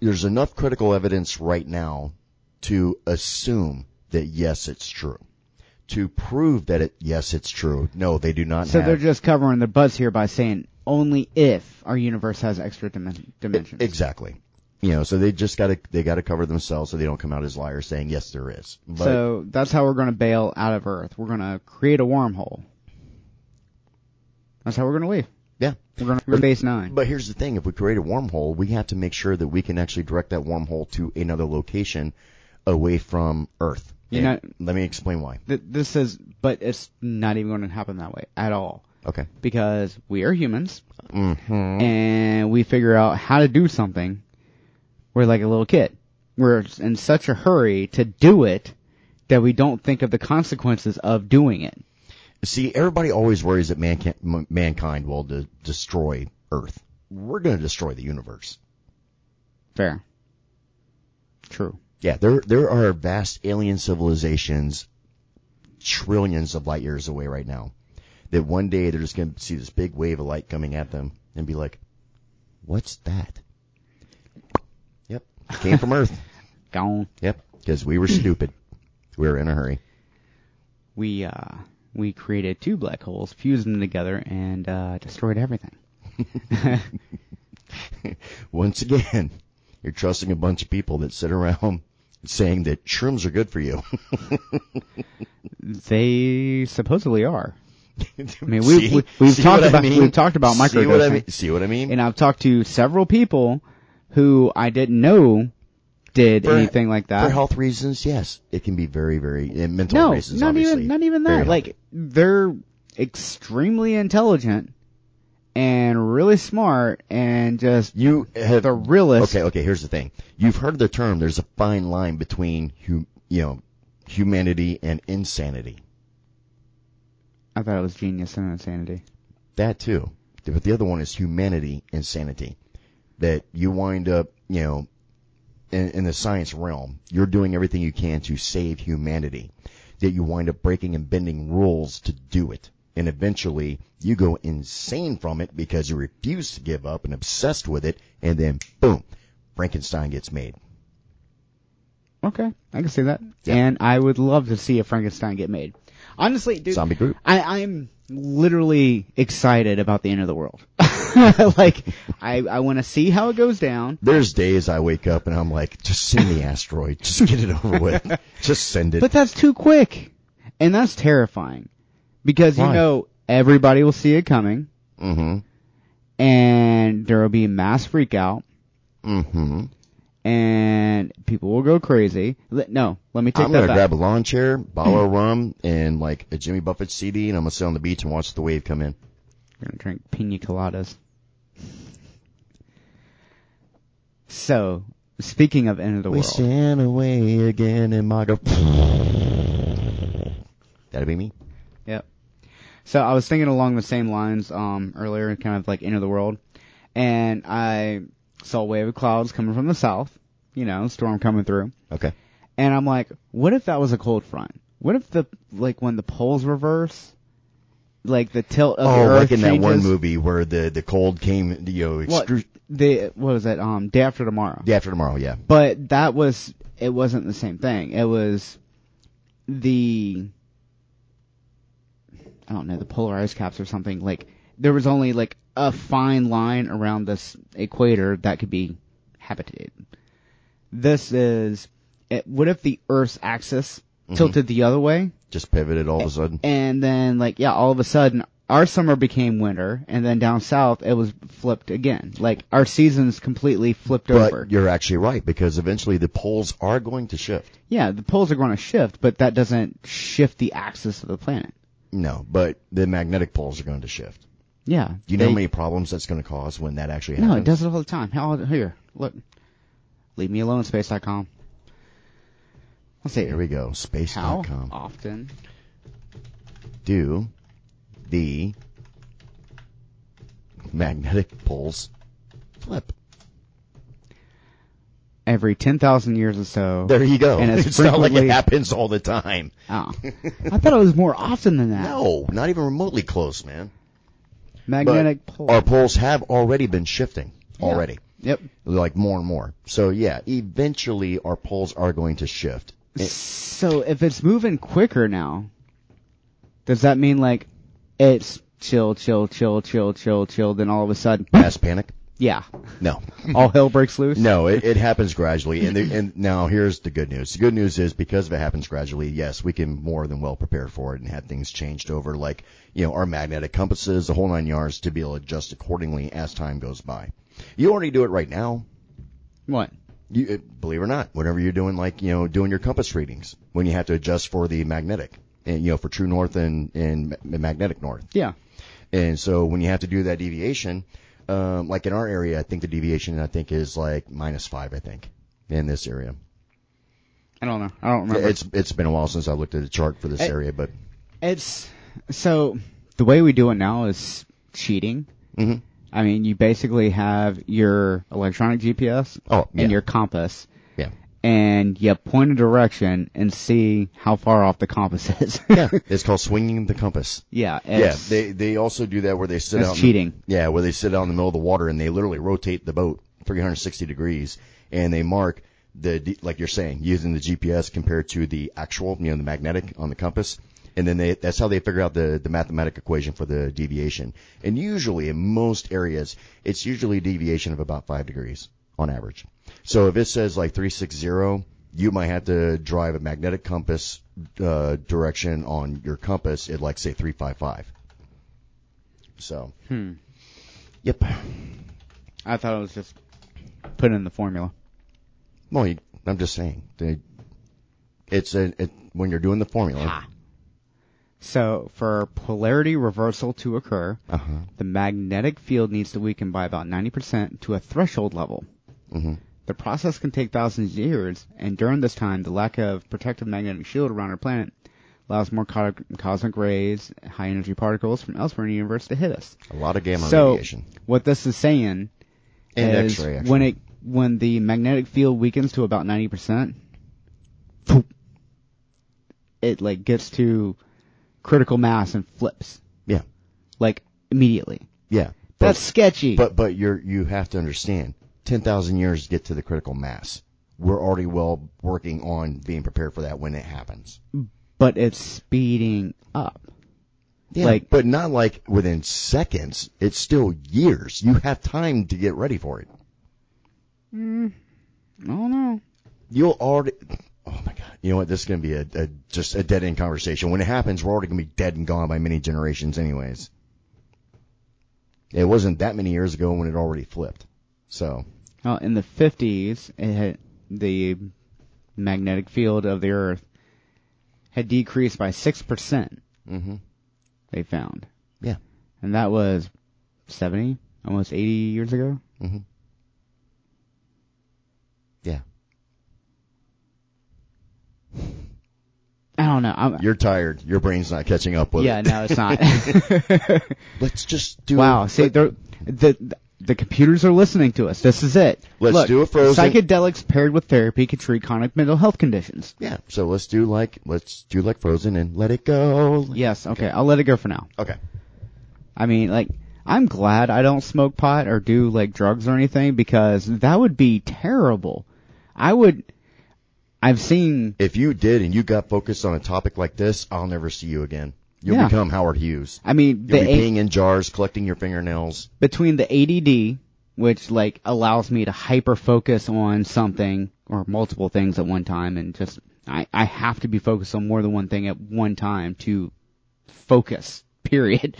Speaker 2: there's enough critical evidence right now to assume that yes it's true to prove that it yes it's true no they do not
Speaker 3: so
Speaker 2: have
Speaker 3: they're just covering their butts here by saying only if our universe has extra dimen- dimensions.
Speaker 2: exactly you know so they just got to they got to cover themselves so they don't come out as liars saying yes there is but
Speaker 3: so that's how we're going to bail out of Earth. We're going to create a wormhole. That's how we're going to leave.
Speaker 2: yeah
Speaker 3: We're going to we're base nine.
Speaker 2: but here's the thing if we create a wormhole we have to make sure that we can actually direct that wormhole to another location away from earth
Speaker 3: You
Speaker 2: And
Speaker 3: know-
Speaker 2: let me explain why
Speaker 3: Th- this is, but it's not even going to happen that way at all
Speaker 2: okay
Speaker 3: because we are humans
Speaker 2: mm-hmm.
Speaker 3: and we figure out how to do something. We're like a little kid. We're in such a hurry to do it that we don't think of the consequences of doing it.
Speaker 2: See, everybody always worries that man can't, m- mankind will de- destroy Earth. We're going to destroy the universe.
Speaker 3: Fair. True.
Speaker 2: Yeah, there there are vast alien civilizations, trillions of light years away right now. That one day they're just going to see this big wave of light coming at them and be like, "What's that?" Yep, came from Earth.
Speaker 3: Gone.
Speaker 2: Yep, because we were stupid. We were in a hurry.
Speaker 3: we uh we created two black holes, fused them together, and uh, destroyed everything.
Speaker 2: Once again, you're trusting a bunch of people that sit around saying that shrooms are good for you.
Speaker 3: They supposedly are.
Speaker 2: I
Speaker 3: mean, we- we- we've talked about- we've talked about
Speaker 2: See what I
Speaker 3: microdosing.
Speaker 2: mean? See what I mean?
Speaker 3: And I've talked to several people who I didn't know did
Speaker 2: For-
Speaker 3: anything like that.
Speaker 2: For health reasons, yes, it can be very, very and mental
Speaker 3: no,
Speaker 2: reasons.
Speaker 3: not
Speaker 2: obviously.
Speaker 3: even not even
Speaker 2: Very
Speaker 3: that.
Speaker 2: healthy.
Speaker 3: Like they're extremely intelligent and really smart and just
Speaker 2: you have
Speaker 3: the realest.
Speaker 2: Okay, okay. Here's the thing. You've heard the term. There's a fine line between hum, you know humanity and insanity.
Speaker 3: I thought it was genius and insanity.
Speaker 2: That too. But the other one is humanity insanity. That you wind up, you know, in, in the science realm, you're doing everything you can to save humanity. That you wind up breaking and bending rules to do it. And eventually you go insane from it because you refuse to give up and obsessed with it. And then boom, Frankenstein gets made.
Speaker 3: Okay, I can see that.
Speaker 2: Yeah.
Speaker 3: And I would love to see a Frankenstein get made. Honestly, dude,
Speaker 2: Zombie group.
Speaker 3: I, I'm literally excited about the end of the world. like, I, I want to see how it goes down.
Speaker 2: There's days I wake up and I'm like, just send the asteroid. Just get it over with. Just send it.
Speaker 3: But that's too quick. And that's terrifying. Because
Speaker 2: Why?
Speaker 3: you know everybody will see it coming.
Speaker 2: mm-hmm.
Speaker 3: and there will be mass freakout,
Speaker 2: Mm-hmm.
Speaker 3: and people will go crazy. Let- No, let me take
Speaker 2: I'm
Speaker 3: that
Speaker 2: gonna
Speaker 3: back. Mm.
Speaker 2: grab a lawn chair, bottle of rum, and like a Jimmy Buffett CD, and I'm gonna sit on the beach and watch the wave come in.
Speaker 3: We're gonna drink pina coladas. So, speaking of end of the
Speaker 2: We
Speaker 3: world,
Speaker 2: stand away again in my go. That'd be me.
Speaker 3: Yep. So I was thinking along the same lines um, earlier, kind of like into the world, and I saw a wave of clouds coming from the south. You know, storm coming through,
Speaker 2: Okay.
Speaker 3: and I'm like, what if that was a cold front? What if the like when the poles reverse, like the tilt of the
Speaker 2: Oh,
Speaker 3: earth
Speaker 2: like in that one
Speaker 3: changes?
Speaker 2: movie where the the cold came, you know,
Speaker 3: What,
Speaker 2: extru-
Speaker 3: the, what was it? Um, day after tomorrow.
Speaker 2: day after tomorrow. Yeah.
Speaker 3: But that was it wasn't the same thing. It was the I don't know, the polar ice caps or something. Like there was only like a fine line around this equator that could be habitated. This is it, what if the Earth's axis tilted the other way
Speaker 2: Just pivoted all of a sudden.
Speaker 3: and then like yeah, all of a sudden our summer became winter and then down south it was flipped again. Like our seasons completely flipped over.
Speaker 2: But you're actually right because eventually the poles are going to shift.
Speaker 3: Yeah, the poles are going to shift, but that doesn't shift the axis of the planet.
Speaker 2: No, but the magnetic poles are going to shift.
Speaker 3: Yeah.
Speaker 2: Do you know
Speaker 3: they-
Speaker 2: how many problems that's going to cause when that actually happens?
Speaker 3: No, it does it all the time. How, here, look. Leave me alone, space.com. Let's see.
Speaker 2: Here we go.
Speaker 3: How
Speaker 2: Space.com.
Speaker 3: often
Speaker 2: do the magnetic poles flip.
Speaker 3: every 10,000 years or so.
Speaker 2: There you go.
Speaker 3: And it's
Speaker 2: it's not like it
Speaker 3: frequently-
Speaker 2: happens all the time.
Speaker 3: Oh. I thought it was more often than that.
Speaker 2: No, not even remotely close, man. But
Speaker 3: Magnetic pole.
Speaker 2: Our poles have already been shifting already,
Speaker 3: Yep.
Speaker 2: like more and more. So yeah, eventually our poles are going to shift.
Speaker 3: So if it's moving quicker now, does that mean like it's chill, chill, chill, chill, chill, chill, then all of a sudden,
Speaker 2: Mass panic?
Speaker 3: yeah,
Speaker 2: No.
Speaker 3: all hell breaks loose?
Speaker 2: No, it, it happens gradually. And, the, and now here's the good news. The good news is because if it happens gradually, yes, we can more than well prepare for it and have things changed over, like, you know, our magnetic compasses, the whole nine yards to be able to adjust accordingly as time goes by. You already do it right now.
Speaker 3: What?
Speaker 2: You, uh, believe it or not, whenever you're doing like, you know, doing your compass readings when you have to adjust for the magnetic and, you know, for true north and, and ma- magnetic north.
Speaker 3: Yeah.
Speaker 2: And so when you have to do that deviation, um, like in our area, I think the deviation I think is like minus five, I think, in this area.
Speaker 3: I don't know. I don't remember.
Speaker 2: It's it's been a while since I looked at the chart for this
Speaker 3: It-
Speaker 2: area, but
Speaker 3: It's so the way we do it now is cheating.
Speaker 2: Mhm.
Speaker 3: I mean, you basically have your electronic GPS
Speaker 2: Oh, yeah.
Speaker 3: and your compass,
Speaker 2: yeah,
Speaker 3: and you point a direction and see how far off the compass is.
Speaker 2: yeah, it's called swinging the compass.
Speaker 3: yeah,
Speaker 2: Yeah,
Speaker 3: it's,
Speaker 2: they they also do that where they sit
Speaker 3: That's
Speaker 2: out in the-
Speaker 3: cheating.
Speaker 2: yeah, where they sit out in the middle of the water and they literally rotate the boat 360 degrees and they mark the d- like you're saying using the GPS compared to the actual you know the magnetic on the compass. And then they, that's how they figure out the, the mathematic equation for the deviation. And usually in most areas, it's usually a deviation of about five degrees on average. So if it says like 360, you might have to drive a magnetic compass, uh, direction on your compass at like say 355. So.
Speaker 3: Hmm.
Speaker 2: Yep.
Speaker 3: I thought it was just put in the formula.
Speaker 2: Well, you, I'm just saying. They, it's a it, when you're doing the formula.
Speaker 3: So for polarity reversal to occur,
Speaker 2: Uh huh.
Speaker 3: the magnetic field needs to weaken by about 90% to a threshold level.
Speaker 2: hmm
Speaker 3: The process can take thousands of years, and during this time, the lack of protective magnetic shield around our planet allows more co- cosmic rays, high energy particles from elsewhere in the universe to hit us.
Speaker 2: A lot of gamma
Speaker 3: so,
Speaker 2: radiation
Speaker 3: what this is saying
Speaker 2: and
Speaker 3: is
Speaker 2: X-ray. Actually.
Speaker 3: when it when the magnetic field weakens to about ninety percent, it like gets to critical mass and flips
Speaker 2: yeah,
Speaker 3: like immediately.
Speaker 2: yeah. But,
Speaker 3: That's sketchy.
Speaker 2: but but you're you have to understand. Ten thousand years to get to the critical mass. We're already well working on being prepared for that when it happens.
Speaker 3: but it's speeding up.
Speaker 2: Yeah,
Speaker 3: Like-
Speaker 2: but not like within seconds. It's still years. You have time to get ready for it.
Speaker 3: Oh no.
Speaker 2: you'll already. Oh my God! You know what? This is going to be a, a just a dead end conversation. When it happens, we're already going to be dead and gone by many generations, anyways. It wasn't that many years ago when it already flipped. So,
Speaker 3: Well, in the 50s, it had, the magnetic field of the Earth had decreased by 6%,
Speaker 2: hmm
Speaker 3: they found.
Speaker 2: Yeah.
Speaker 3: And that was 70, almost 80 years ago.
Speaker 2: hmm Yeah.
Speaker 3: I don't know. I'm,
Speaker 2: You're tired. Your brain's not catching up with
Speaker 3: yeah,
Speaker 2: it.
Speaker 3: no, it's not.
Speaker 2: Let's just do
Speaker 3: wow. See, they're, the, the computers are listening to us. This is it.
Speaker 2: Let's
Speaker 3: Look,
Speaker 2: do a frozen-
Speaker 3: Psychedelics paired with therapy can treat chronic mental health conditions.
Speaker 2: Yeah. So let's do like let's do like Frozen and let it go.
Speaker 3: Yes. Okay. I'll let it go for now.
Speaker 2: Okay.
Speaker 3: I mean, like, I'm glad I don't smoke pot or do like drugs or anything because that would be terrible. I would. I've seen.
Speaker 2: If you did and you got focused on a topic like this, I'll never see you again. You'll
Speaker 3: Yeah.
Speaker 2: become Howard Hughes.
Speaker 3: I mean,
Speaker 2: You'll
Speaker 3: the
Speaker 2: be
Speaker 3: A-
Speaker 2: peeing in jars, collecting your fingernails.
Speaker 3: between the ADD, which like allows me to hyper focus on something or multiple things at one time, and just I I have to be focused on more than one thing at one time to focus. Period.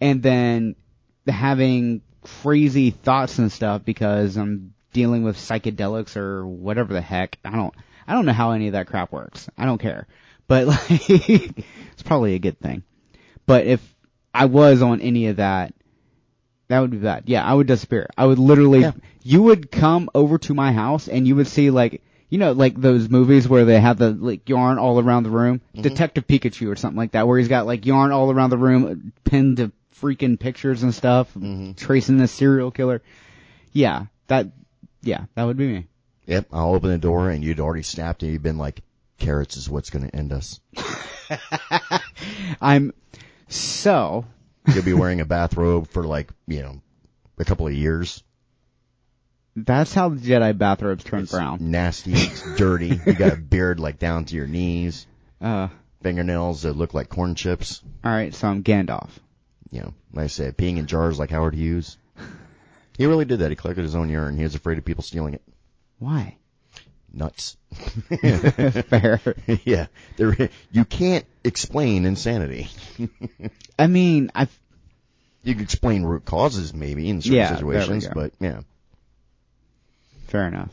Speaker 3: and then having crazy thoughts and stuff because I'm dealing with psychedelics or whatever the heck. I don't I don't know how any of that crap works. I don't care. But like it's probably a good thing. But if I was on any of that, that would be bad. Yeah, I would disappear. I would literally,
Speaker 2: Yeah.
Speaker 3: you would come over to my house and you would see like, you know, like those movies where they have the like yarn all around the room, Detective Pikachu or something like that, where he's got like yarn all around the room, pinned to freaking pictures and stuff, tracing the serial killer. Yeah, that, yeah, that would be me.
Speaker 2: Yep. I'll open the door and you'd already snapped and you'd been like, carrots is what's going to end us.
Speaker 3: I'm so
Speaker 2: You'll be wearing a bathrobe for like, you know, a couple of years.
Speaker 3: that's how the Jedi bathrobes turn brown.
Speaker 2: Nasty, it's dirty. You got a beard like down to your knees.
Speaker 3: Uh,
Speaker 2: Fingernails that look like corn chips.
Speaker 3: all right, so I'm Gandalf.
Speaker 2: you know, like I said, peeing in jars like Howard Hughes. He really did that. He collected his own urine. He was afraid of people stealing it.
Speaker 3: Why?
Speaker 2: Nuts.
Speaker 3: Fair.
Speaker 2: yeah. There, you can't explain insanity.
Speaker 3: I mean, I
Speaker 2: You can explain root causes maybe in certain
Speaker 3: Yeah, there we
Speaker 2: situations,
Speaker 3: go.
Speaker 2: but yeah.
Speaker 3: fair enough.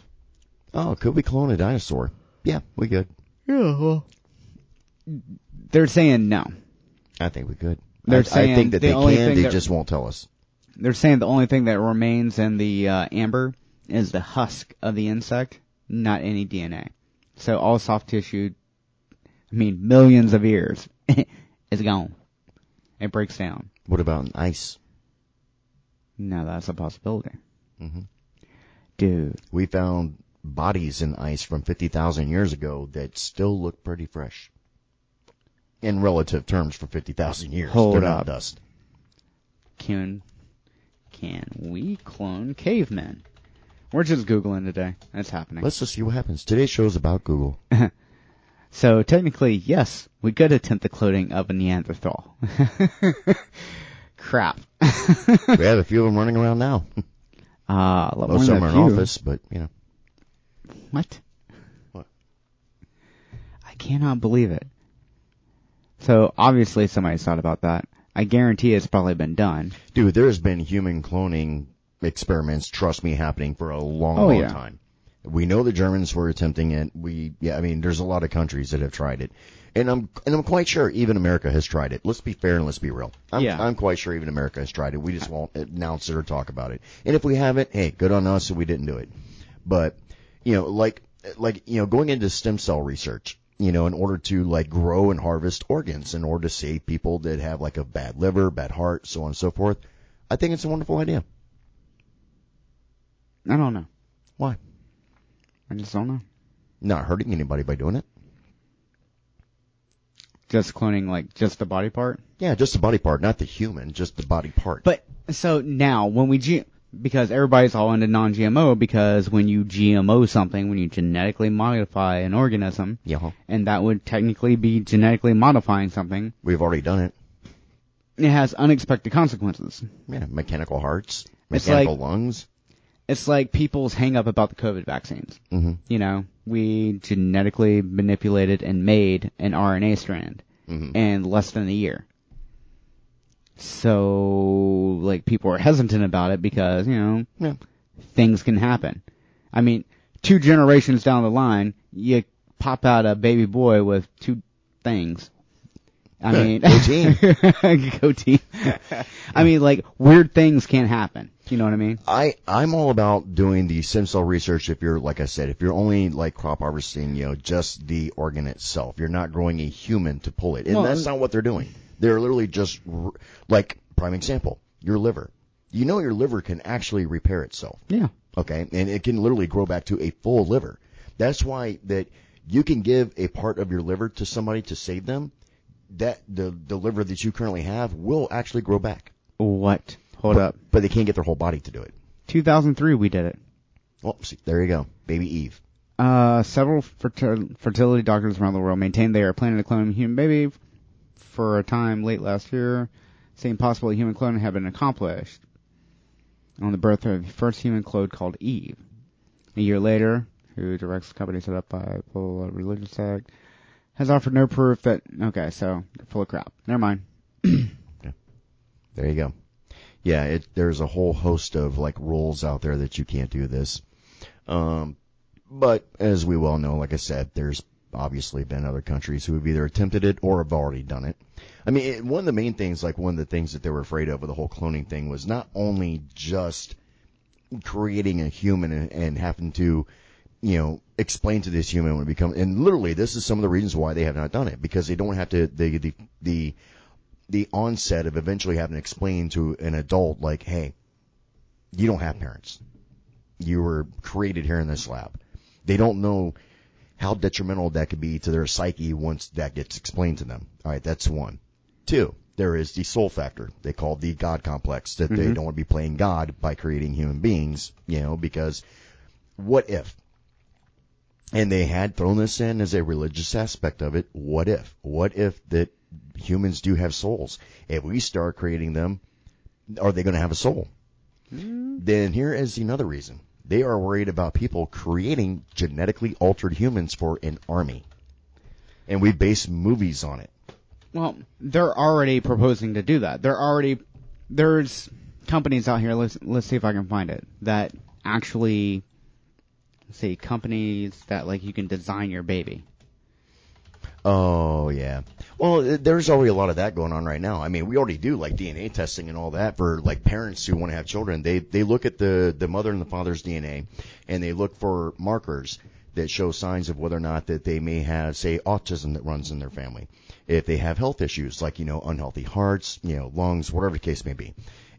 Speaker 2: Oh, could we clone a dinosaur? Yeah, we could.
Speaker 3: Yeah. Well, they're saying no.
Speaker 2: I think we could. I,
Speaker 3: They're
Speaker 2: I
Speaker 3: saying
Speaker 2: think that
Speaker 3: the
Speaker 2: they
Speaker 3: only
Speaker 2: can,
Speaker 3: thing
Speaker 2: they
Speaker 3: that-
Speaker 2: just won't tell us.
Speaker 3: They're saying the only thing that remains in the uh, amber is the husk of the insect, not any DNA. So all soft tissue, I mean millions of years, is gone. It breaks down.
Speaker 2: What about an ice?
Speaker 3: No, that's a possibility,
Speaker 2: hmm
Speaker 3: dude.
Speaker 2: We found bodies in ice from 50,000 years ago that still look pretty fresh. In relative terms for 50,000 years.
Speaker 3: Hold
Speaker 2: They're not
Speaker 3: up.
Speaker 2: dust.
Speaker 3: Can can we clone cavemen? We're just googling today. That's happening.
Speaker 2: Let's just see what happens. Today's show is about Google.
Speaker 3: So technically, yes, we could attempt the cloning of a Neanderthal. Crap.
Speaker 2: we have a few of them running around now.
Speaker 3: Uh,
Speaker 2: Most of them are in office, but you know.
Speaker 3: What?
Speaker 2: What?
Speaker 3: I cannot believe it. So obviously somebody's thought about that. I guarantee it's probably been done.
Speaker 2: Dude, there's been human cloning experiments, trust me, happening for a long,
Speaker 3: Oh,
Speaker 2: long
Speaker 3: yeah.
Speaker 2: time. We know the Germans were attempting it. We, yeah, I mean, there's a lot of countries that have tried it. And I'm, and I'm quite sure even America has tried it. Let's be fair and let's be real. I'm,
Speaker 3: Yeah.
Speaker 2: I'm quite sure even America has tried it. We just won't announce it or talk about it. And if we haven't, hey, good on us that we didn't do it. But, you know, like, like, you know, going into stem cell research, you know, in order to like grow and harvest organs in order to save people that have like a bad liver, bad heart, so on and so forth. I think it's a wonderful idea.
Speaker 3: I don't know.
Speaker 2: Why?
Speaker 3: I just don't know.
Speaker 2: Not hurting anybody by doing it.
Speaker 3: Just cloning like just the body part.
Speaker 2: Yeah, just the body part, not the human, just the body part.
Speaker 3: But so now when we G- because everybody's all into non-GMO because when you GMO something, when you genetically modify an organism,
Speaker 2: yeah, huh?
Speaker 3: and that would technically be genetically modifying something.
Speaker 2: we've already done it.
Speaker 3: It has unexpected consequences.
Speaker 2: Yeah, mechanical hearts,
Speaker 3: It's
Speaker 2: mechanical
Speaker 3: like-
Speaker 2: lungs.
Speaker 3: It's like people's hang up about the COVID vaccines.
Speaker 2: hmm
Speaker 3: You know, we genetically manipulated and made an RNA strand
Speaker 2: Mhm.
Speaker 3: in less than a year. So, like, people are hesitant about it because, you know,
Speaker 2: Yeah.
Speaker 3: things can happen. I mean, two generations down the line, you pop out a baby boy with two things. I mean,
Speaker 2: Go team.
Speaker 3: Go team. I mean, like, weird things can happen. You know what I mean?
Speaker 2: I, I'm all about doing the stem cell research if you're, like I said, if you're only like crop harvesting, you know, just the organ itself. You're not growing a human to pull it. And
Speaker 3: Well,
Speaker 2: that's
Speaker 3: and-
Speaker 2: not what they're doing. They're literally just, r- like, prime example, your liver. You know your liver can actually repair itself.
Speaker 3: Yeah.
Speaker 2: Okay. And it can literally grow back to a full liver. That's why that you can give a part of your liver to somebody to save them. That the, the liver that you currently have will actually grow back,
Speaker 3: What? Hold up.
Speaker 2: but they can't get their whole body to do it.
Speaker 3: 2003, we did it.
Speaker 2: Well, see, there you go. Baby Eve.
Speaker 3: Uh, several fertil- fertility doctors around the world maintained they are planning to clone a human baby f- for a time late last year, saying possible human cloning had been accomplished on the birth of the first human clone called Eve. A year later, who directs the company set up by a religious sect, has offered no proof that, okay, so they're full of crap. Never mind.
Speaker 2: There you go. Yeah, it, there's a whole host of like rules out there that you can't do this. Um, but as we well know, like I said, there's obviously been other countries who have either attempted it or have already done it. I mean, it, one of the main things, like one of the things that they were afraid of with the whole cloning thing was not only just creating a human and, and having to, you know, explain to this human when it becomes, and literally this is some of the reasons why they have not done it because they don't have to, the, the, the, the onset of eventually having to explain to an adult, like, hey, you don't have parents. You were created here in this lab. They don't know how detrimental that could be to their psyche once that gets explained to them. All right, that's one. Two, there is the soul factor. They call the God complex that they don't want to be playing God by creating human beings, you know, because what if? And they had thrown this in as a religious aspect of it. What if? What if that humans do have souls? If we start creating them, are they going to have a soul? Then here is another reason. They are worried about people creating genetically altered humans for an army. And we base movies on it.
Speaker 3: Well, they're already proposing to do that. They're already there's companies out here. Let's let's see if I can find it that actually let's see companies that like you can design your baby.
Speaker 2: Oh yeah. Well, th- there's already a lot of that going on right now. I mean, we already do like DNA testing and all that for like parents who want to have children. They they look at the the mother and the father's DNA, and they look for markers that show signs of whether or not that they may have say autism that runs in their family. If they have health issues like you know unhealthy hearts, you know lungs, whatever the case may be,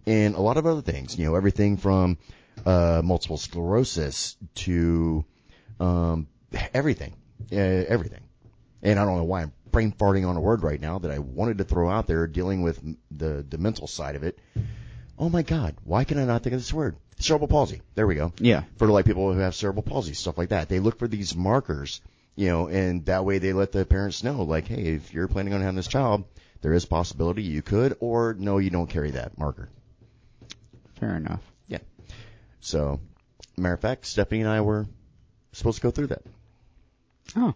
Speaker 2: and a lot of other things. You know everything from uh, multiple sclerosis to um, everything, uh, everything and I don't know why I'm brain farting on a word right now that I wanted to throw out there dealing with m- the the mental side of it. Oh my God, why can I not think of this word? Cerebral palsy. There we go.
Speaker 3: Yeah.
Speaker 2: For like people who have cerebral palsy, stuff like that. They look for these markers, you know, and that way they let the parents know, like, hey, if you're planning on having this child, there is possibility you could, or no, you don't carry that marker.
Speaker 3: Fair enough.
Speaker 2: Yeah. So, matter of fact, Stephanie and I were supposed to go through that.
Speaker 3: Oh,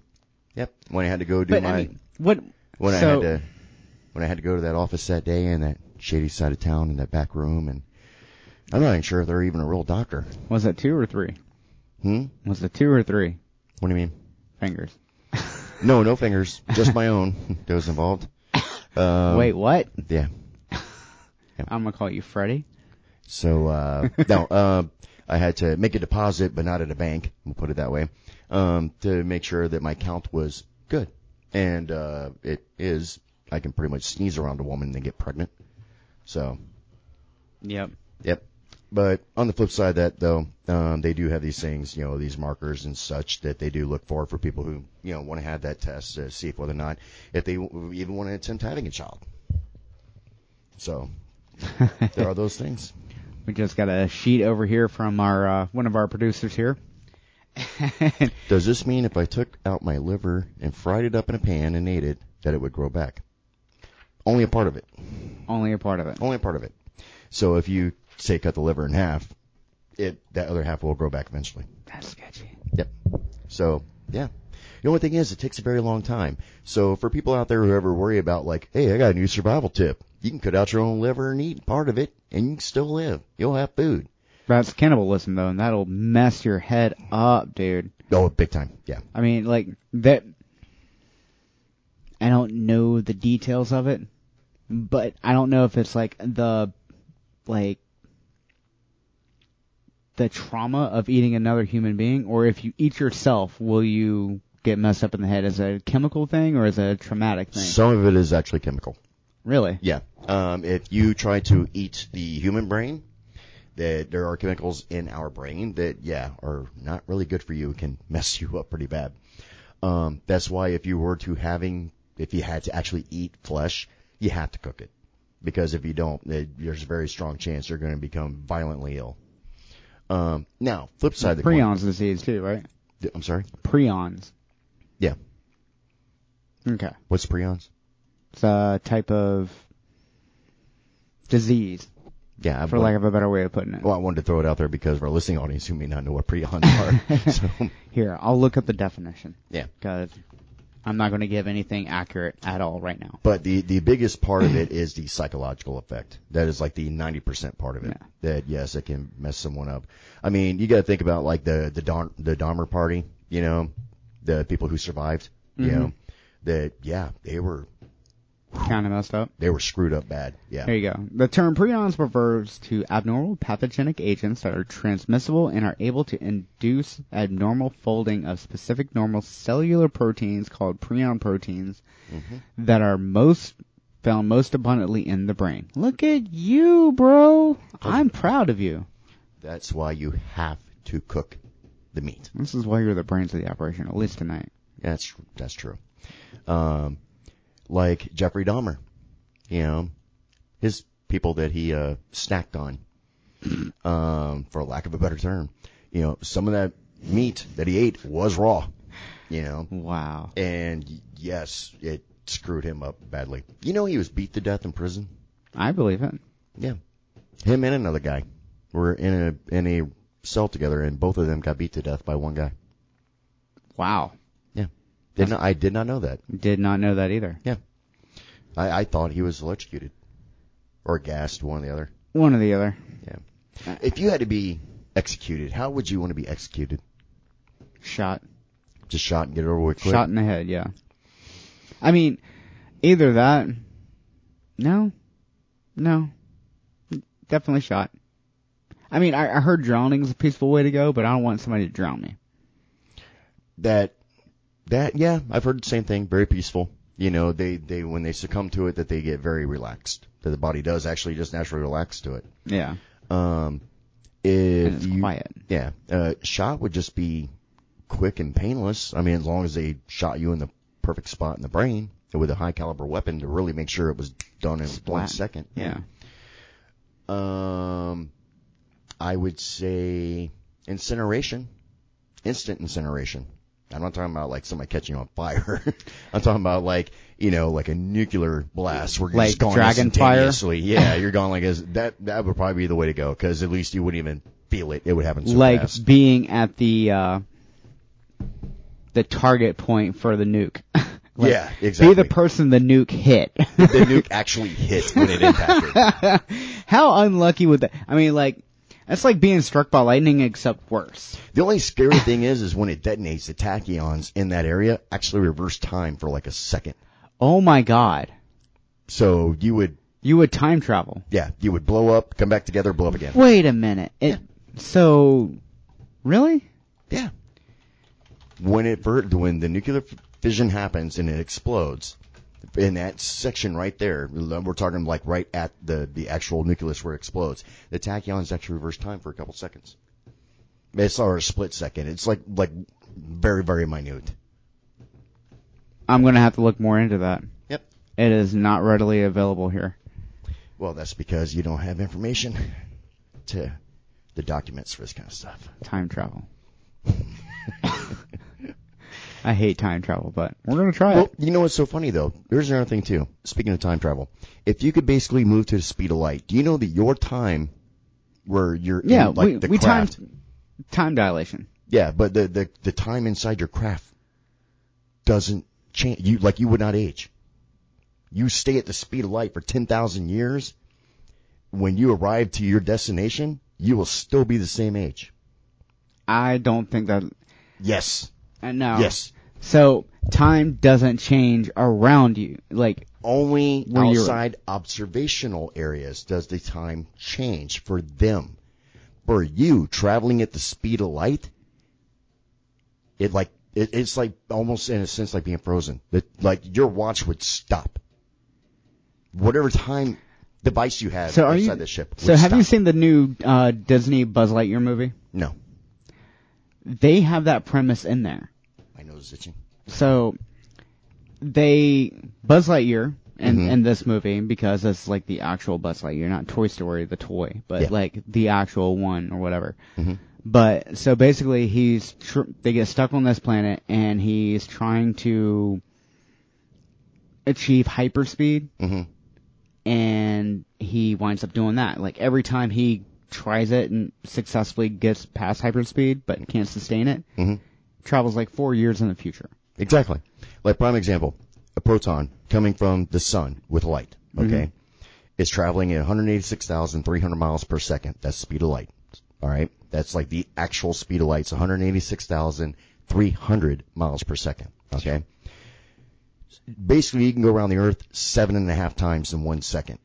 Speaker 2: Yep. When I had to go do
Speaker 3: but
Speaker 2: my
Speaker 3: I mean, what?
Speaker 2: when I had
Speaker 3: so-
Speaker 2: to when I had to go to that office that day in that shady side of town in that back room and I'm not even sure if they're even a real doctor.
Speaker 3: was it two or three?
Speaker 2: Hmm?
Speaker 3: Was it two or three
Speaker 2: What do you mean?
Speaker 3: fingers?
Speaker 2: No, no fingers, just my own that was involved. Um,
Speaker 3: Wait, what?
Speaker 2: Yeah.
Speaker 3: I'm gonna call you Freddy.
Speaker 2: So uh no, uh I had to make a deposit but not at a bank, we'll put it that way. Um to make sure that my count was good. And uh it is. I can pretty much sneeze around a woman and then get pregnant. So
Speaker 3: Yep.
Speaker 2: Yep. But on the flip side of that, though, um, they do have these things, you know, these markers and such that they do look for for people who, you know, want to have that test to see if whether or not if they w- even want to attempt having a child. So there are those things.
Speaker 3: We just got a sheet over here from our uh, one of our producers here.
Speaker 2: Does this mean if I took out my liver and fried it up in a pan and ate it that it would grow back? Only a part of it.
Speaker 3: Only a part of it.
Speaker 2: Only a part of it. So if you say cut the liver in half, it that other half will grow back eventually.
Speaker 3: That's sketchy.
Speaker 2: Yep. So, yeah. The only thing is, it takes a very long time. So for people out there who ever worry about like, hey, I got a new survival tip. You can cut out your own liver and eat part of it, and you can still live. You'll have food.
Speaker 3: That's cannibalism though, and that'll mess your head up, dude.
Speaker 2: Oh, big time. Yeah.
Speaker 3: I mean, like that. I don't know the details of it, but I don't know if it's like the, like, the trauma of eating another human being, or if you eat yourself, will you get messed up in the head? Is it a chemical thing or is it a traumatic thing?
Speaker 2: Some of it is actually chemical.
Speaker 3: really?
Speaker 2: Yeah. Um, if you try to eat the human brain, that there are chemicals in our brain that, yeah, are not really good for you. It can mess you up pretty bad. Um, that's why if you were to having, if you had to actually eat flesh, you have to cook it. Because if you don't, it, there's a very strong chance you're going to become violently ill. Um, now, flip side of the coin.
Speaker 3: Prions disease too, right?
Speaker 2: I'm sorry?
Speaker 3: Prions.
Speaker 2: Yeah.
Speaker 3: Okay.
Speaker 2: What's prions?
Speaker 3: It's a type of disease,
Speaker 2: Yeah. I
Speaker 3: for
Speaker 2: believe-
Speaker 3: lack of a better way of putting it.
Speaker 2: Well, I wanted to throw it out there because of our listening audience who may not know what prions are. so,
Speaker 3: Here, I'll look up the definition
Speaker 2: yeah.
Speaker 3: because I'm not going to give anything accurate at all right now.
Speaker 2: But the, the biggest part of it is the psychological effect. That is like the 90% part of it.
Speaker 3: Yeah.
Speaker 2: That yes, it can mess someone up. I mean, you gotta think about like the, the Don, the Dahmer party, you know, the people who survived, you know, that yeah, they were,
Speaker 3: Kind of messed up.
Speaker 2: they were screwed up bad. Yeah.
Speaker 3: There you go. The term prions refers to abnormal pathogenic agents that are transmissible and are able to induce abnormal folding of specific normal cellular proteins called prion proteins that are most found most abundantly in the brain. Look at you, bro. I'm proud of you.
Speaker 2: That's why you have to cook the meat.
Speaker 3: This is why you're the brains of the operation, at least tonight.
Speaker 2: That's that's true. Um, like Jeffrey Dahmer, you know, his people that he uh, snacked on, um, for lack of a better term, you know, some of that meat that he ate was raw, you know,
Speaker 3: Wow.
Speaker 2: and yes, it screwed him up badly. You know, he was beat to death in prison.
Speaker 3: I believe it.
Speaker 2: Yeah, him and another guy were in a in a cell together, and both of them got beat to death by one guy.
Speaker 3: Wow.
Speaker 2: Yeah, did not I did not know that.
Speaker 3: Did not know that either.
Speaker 2: Yeah. I, I thought he was electrocuted. Or gassed, one or the other.
Speaker 3: One or the other.
Speaker 2: Yeah. If you had to be executed, how would you want to be executed?
Speaker 3: Shot.
Speaker 2: Just shot and get it over with quick?
Speaker 3: Shot in the head, yeah. I mean, either that. No. No. Definitely shot. I mean, I, I heard drowning's a peaceful way to go, but I don't want somebody to drown me.
Speaker 2: That, that, yeah, I've heard the same thing. Very peaceful. You know, they, they, when they succumb to it, that they get very relaxed. That the body does actually just naturally relax to it.
Speaker 3: Yeah.
Speaker 2: Um, if
Speaker 3: And it's
Speaker 2: you,
Speaker 3: quiet.
Speaker 2: Yeah. Uh, shot would just be quick and painless. I mean, as long as they shot you in the perfect spot in the brain with a high caliber weapon to really make sure it was done in one
Speaker 3: Splat.
Speaker 2: second.
Speaker 3: Yeah.
Speaker 2: Um, I would say incineration, instant incineration. I'm not talking about like somebody catching you on fire. I'm talking about like you know like a nuclear blast where you're
Speaker 3: Like
Speaker 2: just gone
Speaker 3: dragon fire?
Speaker 2: instantaneously. Yeah, you're gone like as that. That would probably be the way to go because at least you wouldn't even feel it. It would happen so
Speaker 3: like
Speaker 2: fast.
Speaker 3: being at the, uh, the target point for the nuke. Like,
Speaker 2: yeah, exactly.
Speaker 3: Be the person the nuke hit.
Speaker 2: the nuke actually hit when it impacted.
Speaker 3: How unlucky would that? I mean, like, that's like being struck by lightning, except worse.
Speaker 2: the only scary thing is, is when it detonates, the tachyons in that area actually reverse time for like a second.
Speaker 3: Oh my god.
Speaker 2: So you would
Speaker 3: You would time travel.
Speaker 2: Yeah, you would blow up, come back together, blow up again.
Speaker 3: Wait a minute. It, So, really?
Speaker 2: Yeah. When it ver- when the nuclear f- fission happens and it explodes, in that section right there, we're talking like right at the the actual nucleus where it explodes. The tachyons actually reverse time for a couple seconds. It's or a split second. It's like like very very minute.
Speaker 3: I'm gonna have to look more into that.
Speaker 2: Yep.
Speaker 3: It is not readily available here.
Speaker 2: Well, that's because you don't have information to the documents for this kind of stuff.
Speaker 3: Time travel. I hate time travel, but we're gonna try
Speaker 2: Well,
Speaker 3: it.
Speaker 2: you know what's so funny though? There's another thing too. Speaking of time travel, if you could basically move to the speed of light, do you know that your time, where you're in,
Speaker 3: Yeah,
Speaker 2: like
Speaker 3: we,
Speaker 2: the
Speaker 3: we
Speaker 2: craft,
Speaker 3: time time dilation.
Speaker 2: yeah, but the, the the time inside your craft doesn't change. You like you would not age. you stay at the speed of light for 10,000 years, when you arrive to your destination, you will still be the same age.
Speaker 3: I don't think that.
Speaker 2: Yes.
Speaker 3: uh, No.
Speaker 2: Yes.
Speaker 3: So time doesn't change around you. Like
Speaker 2: Only
Speaker 3: Where you're-
Speaker 2: outside observational areas does the time change for them. For you, traveling at the speed of light, it like, it, it's like almost in a sense like being frozen. That like your watch would stop. Whatever time device you had
Speaker 3: so, are
Speaker 2: outside
Speaker 3: you?
Speaker 2: the ship. Would
Speaker 3: so, have you
Speaker 2: stop.
Speaker 3: seen the new uh, Disney Buzz Lightyear movie?
Speaker 2: No.
Speaker 3: They have that premise in there.
Speaker 2: My nose is itching.
Speaker 3: So they Buzz Lightyear in,
Speaker 2: Mhm.
Speaker 3: in this movie because it's like the actual Buzz Lightyear, not Toy Story the toy, but
Speaker 2: Yeah. Mm-hmm.
Speaker 3: like the actual one or whatever. But so basically, he's tr- they get stuck on this planet and he's trying to achieve hyperspeed,
Speaker 2: hmm
Speaker 3: and he winds up doing that. Like every time he tries it and successfully gets past hyperspeed, but can't sustain it,
Speaker 2: Mhm.
Speaker 3: travels like four years in the future.
Speaker 2: Exactly. Like prime example, a proton coming from the sun with light, okay, is traveling at 186,300 miles per second. That's speed of light. All right. That's like the actual speed of light. It's 186,300 miles per second. Okay. Basically, you can go around the earth seven and a half times in one second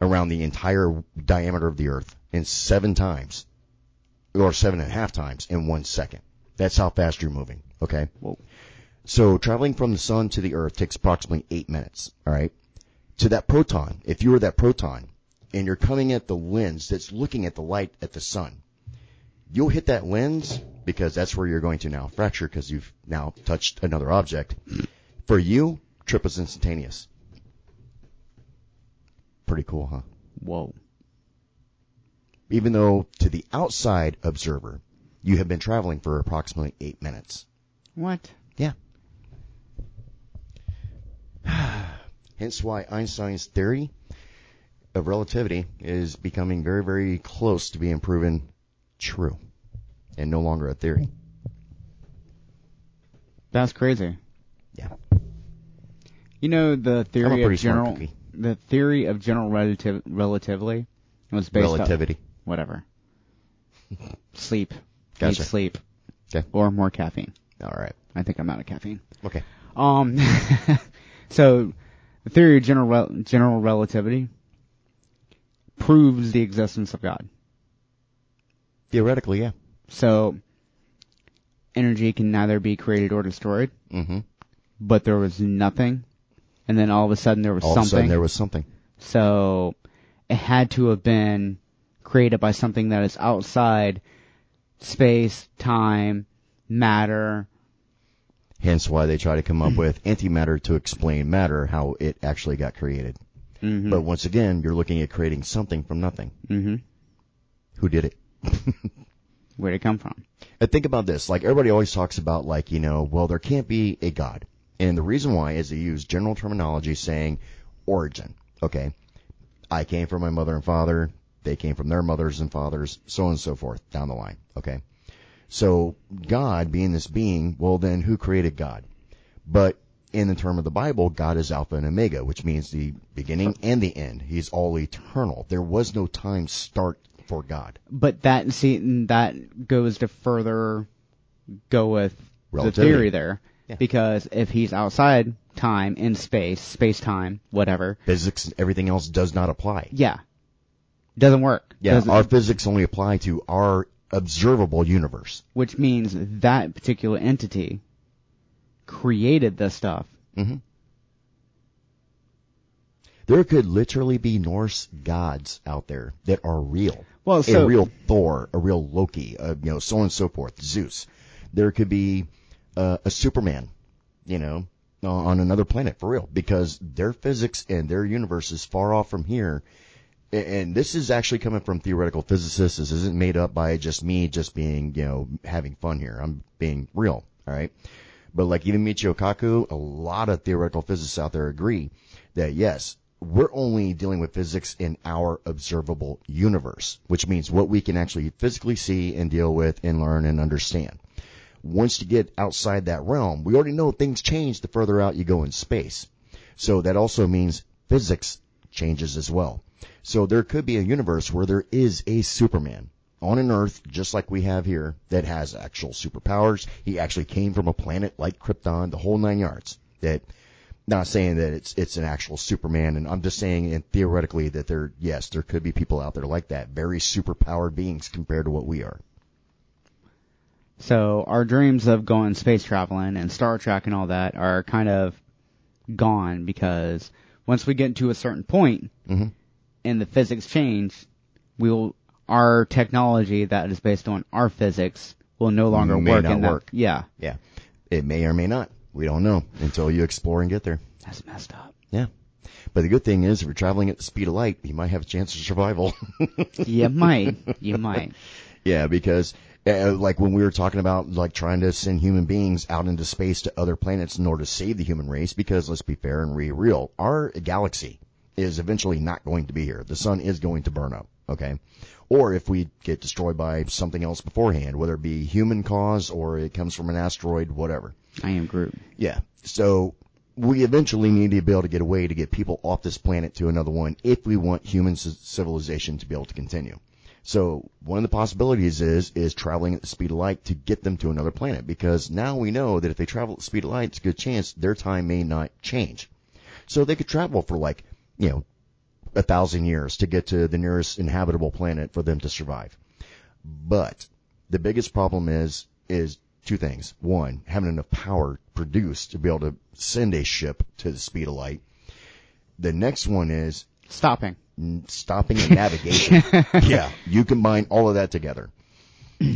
Speaker 2: around the entire diameter of the earth in seven times or seven and a half times in one second. That's how fast you're moving. Okay. So traveling from the sun to the earth takes approximately eight minutes. All right. To that proton, if you were that proton and you're coming at the lens that's looking at the light at the sun, you'll hit that lens because that's where you're going to now fracture because you've now touched another object. For you, trip is instantaneous. Pretty cool, huh?
Speaker 3: Whoa.
Speaker 2: Even though to the outside observer, you have been traveling for approximately eight minutes.
Speaker 3: What?
Speaker 2: Yeah. Hence why Einstein's theory of relativity is becoming very, very close to being proven true and no longer a theory.
Speaker 3: That's crazy.
Speaker 2: Yeah.
Speaker 3: You know the
Speaker 2: I'm a
Speaker 3: theory
Speaker 2: pretty smart
Speaker 3: of general
Speaker 2: cookie.
Speaker 3: the theory of general relativ- relatively was based on-
Speaker 2: Relativity.
Speaker 3: whatever. sleep.
Speaker 2: Gotcha.
Speaker 3: Need sleep.
Speaker 2: Okay.
Speaker 3: Or more caffeine.
Speaker 2: All right.
Speaker 3: I think I'm out of caffeine.
Speaker 2: Okay.
Speaker 3: Um so the theory of general rel- general relativity proves the existence of God.
Speaker 2: Theoretically, yeah.
Speaker 3: So energy can neither be created or destroyed,
Speaker 2: Mm-hmm.
Speaker 3: but there was nothing and then all of a sudden there was
Speaker 2: All of a
Speaker 3: something.
Speaker 2: sudden, there was something.
Speaker 3: So it had to have been created by something that is outside space, time, matter.
Speaker 2: Hence why they try to come up with antimatter to explain matter, how it actually got created.
Speaker 3: Mm-hmm.
Speaker 2: But once again, you're looking at creating something from nothing.
Speaker 3: hmm
Speaker 2: Who did it?
Speaker 3: Where'd it come from?
Speaker 2: And Uh, think about this. Like everybody always talks about like, you know, well, there can't be a God. And the reason why is they use general terminology saying origin. Okay. I came from my mother and father. They came from their mothers and fathers, so on and so forth down the line. Okay. So God being this being, well, then who created God? But in the term of the Bible, God is Alpha and Omega, which means the beginning and the end. He's all eternal. There was no time start for God.
Speaker 3: But that see and that goes to further go with the
Speaker 2: Relativity.
Speaker 3: theory there.
Speaker 2: Yeah.
Speaker 3: Because if he's outside time in space, space time, whatever,
Speaker 2: Physics and everything else does not apply.
Speaker 3: yeah. Doesn't work.
Speaker 2: Yeah,
Speaker 3: Doesn't-
Speaker 2: our physics only apply to our observable universe.
Speaker 3: which means that particular entity created this stuff.
Speaker 2: There could literally be Norse gods out there that are real.
Speaker 3: Well,
Speaker 2: a
Speaker 3: so-
Speaker 2: real Thor, a real Loki, uh, you know, so on and so forth. Zeus. There could be uh, a Superman, you know, o- on another planet for real, because their physics and their universe is far off from here. A- And this is actually coming from theoretical physicists. This isn't made up by just me, just being, you know, having fun here. I'm being real. All right. But like even Michio Kaku, a lot of theoretical physicists out there agree that yes, we're only dealing with physics in our observable universe, which means what we can actually physically see and deal with and learn and understand. Once you get outside that realm, we already know things change the further out you go in space. So that also means physics changes as well. So there could be a universe where there is a Superman on an Earth, just like we have here, that has actual superpowers. He actually came from a planet like Krypton, the whole nine yards. That, not saying that it's it's an actual Superman, and I'm just saying, and theoretically, that there, yes, there could be people out there like that, very superpowered beings compared to what we are.
Speaker 3: So our dreams of going space traveling and Star Trek and all that are kind of gone because once we get to a certain point
Speaker 2: Mhm.
Speaker 3: and the physics change, we'll our technology that is based on our physics will no longer
Speaker 2: May
Speaker 3: work.
Speaker 2: not
Speaker 3: in that-
Speaker 2: work.
Speaker 3: Yeah,
Speaker 2: Yeah, it may or may not. We don't know until you explore and get there.
Speaker 3: that's messed up.
Speaker 2: Yeah. But the good thing is, if you're traveling at the speed of light, you might have a chance of survival.
Speaker 3: you might, you might.
Speaker 2: yeah, because uh, like when we were talking about like trying to send human beings out into space to other planets in order to save the human race, because let's be fair and re real, our galaxy is eventually not going to be here. The sun is going to burn up. Okay. Or if we get destroyed by something else beforehand, whether it be human cause or it comes from an asteroid, whatever.
Speaker 3: I am Groot.
Speaker 2: Yeah. So we eventually need to be able to get away to get people off this planet to another one if we want human c- civilization to be able to continue. So one of the possibilities is is traveling at the speed of light to get them to another planet because now we know that if they travel at the speed of light, it's a good chance their time may not change. So they could travel for like you know a thousand years to get to the nearest inhabitable planet for them to survive. But the biggest problem is is two things. One, having enough power produced to be able to send a ship to the speed of light. The next one is
Speaker 3: Stopping.
Speaker 2: n- stopping and navigation. yeah, you combine all of that together.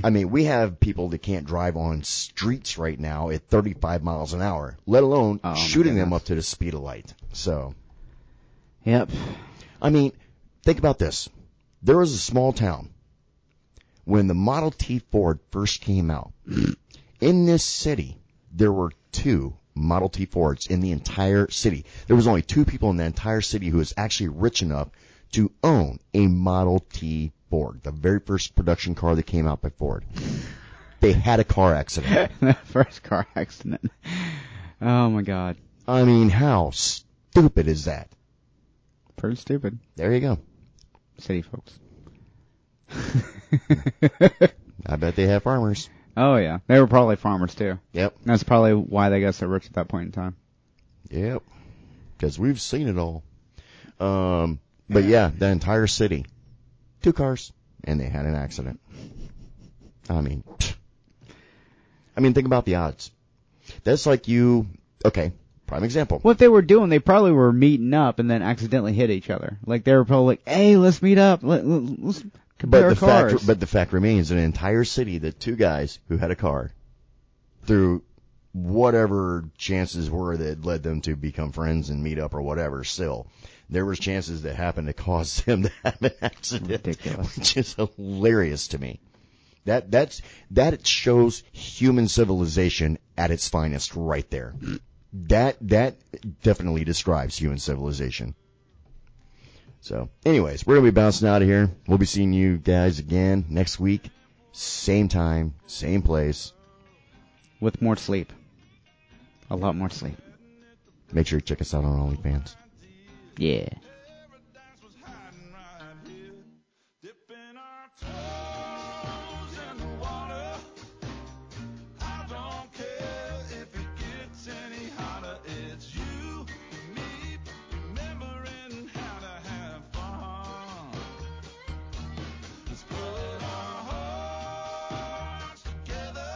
Speaker 2: I mean, we have people that can't drive on streets right now at 35 miles an hour, let alone
Speaker 3: Oh, my
Speaker 2: shooting them
Speaker 3: goodness.
Speaker 2: up to the speed of light. So,
Speaker 3: Yep.
Speaker 2: I mean, think about this. There was a small town when the Model T Ford first came out. In this city, there were two Model T Fords in the entire city. There was only two people in the entire city who was actually rich enough to own a Model T Ford, the very first production car that came out by Ford. They had a car accident.
Speaker 3: First car accident. Oh my god.
Speaker 2: I mean, how stupid is that?
Speaker 3: Pretty stupid.
Speaker 2: There you go.
Speaker 3: City folks.
Speaker 2: I bet they have farmers.
Speaker 3: Oh yeah. They were probably farmers too.
Speaker 2: Yep.
Speaker 3: That's probably why they got so rich at that point in time.
Speaker 2: Yep. Because we've seen it all. Um, but yeah, the entire city, two cars, and they had an accident. I mean, pfft. I mean, think about the odds. That's like you. Okay, prime example.
Speaker 3: What they were doing, they probably were meeting up and then accidentally hit each other. Like they were probably like, "Hey, let's meet up. Let, let, let's compare
Speaker 2: But the
Speaker 3: cars."
Speaker 2: fact, but the fact remains, an entire city that two guys who had a car, through whatever chances were that led them to become friends and meet up or whatever, still there was chances that happened to cause them to have an accident,
Speaker 3: Ridiculous.
Speaker 2: which is hilarious to me. That that's that shows human civilization at its finest right there. That that definitely describes human civilization. So, anyways, we're gonna be bouncing out of here. We'll be seeing you guys again next week, same time, same place.
Speaker 3: with more sleep, a lot more sleep.
Speaker 2: Make sure you check us out on OnlyFans.
Speaker 3: Yeah.
Speaker 4: paradise was hiding right here. Dipping our toes in the water. I don't care if it gets any hotter. It's you, me, remembering how to have fun. Let's put our hearts together.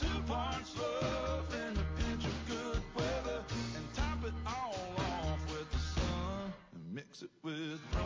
Speaker 4: Two parts love and a pinch of good weather, and top it all off with the sun and mix it with rum.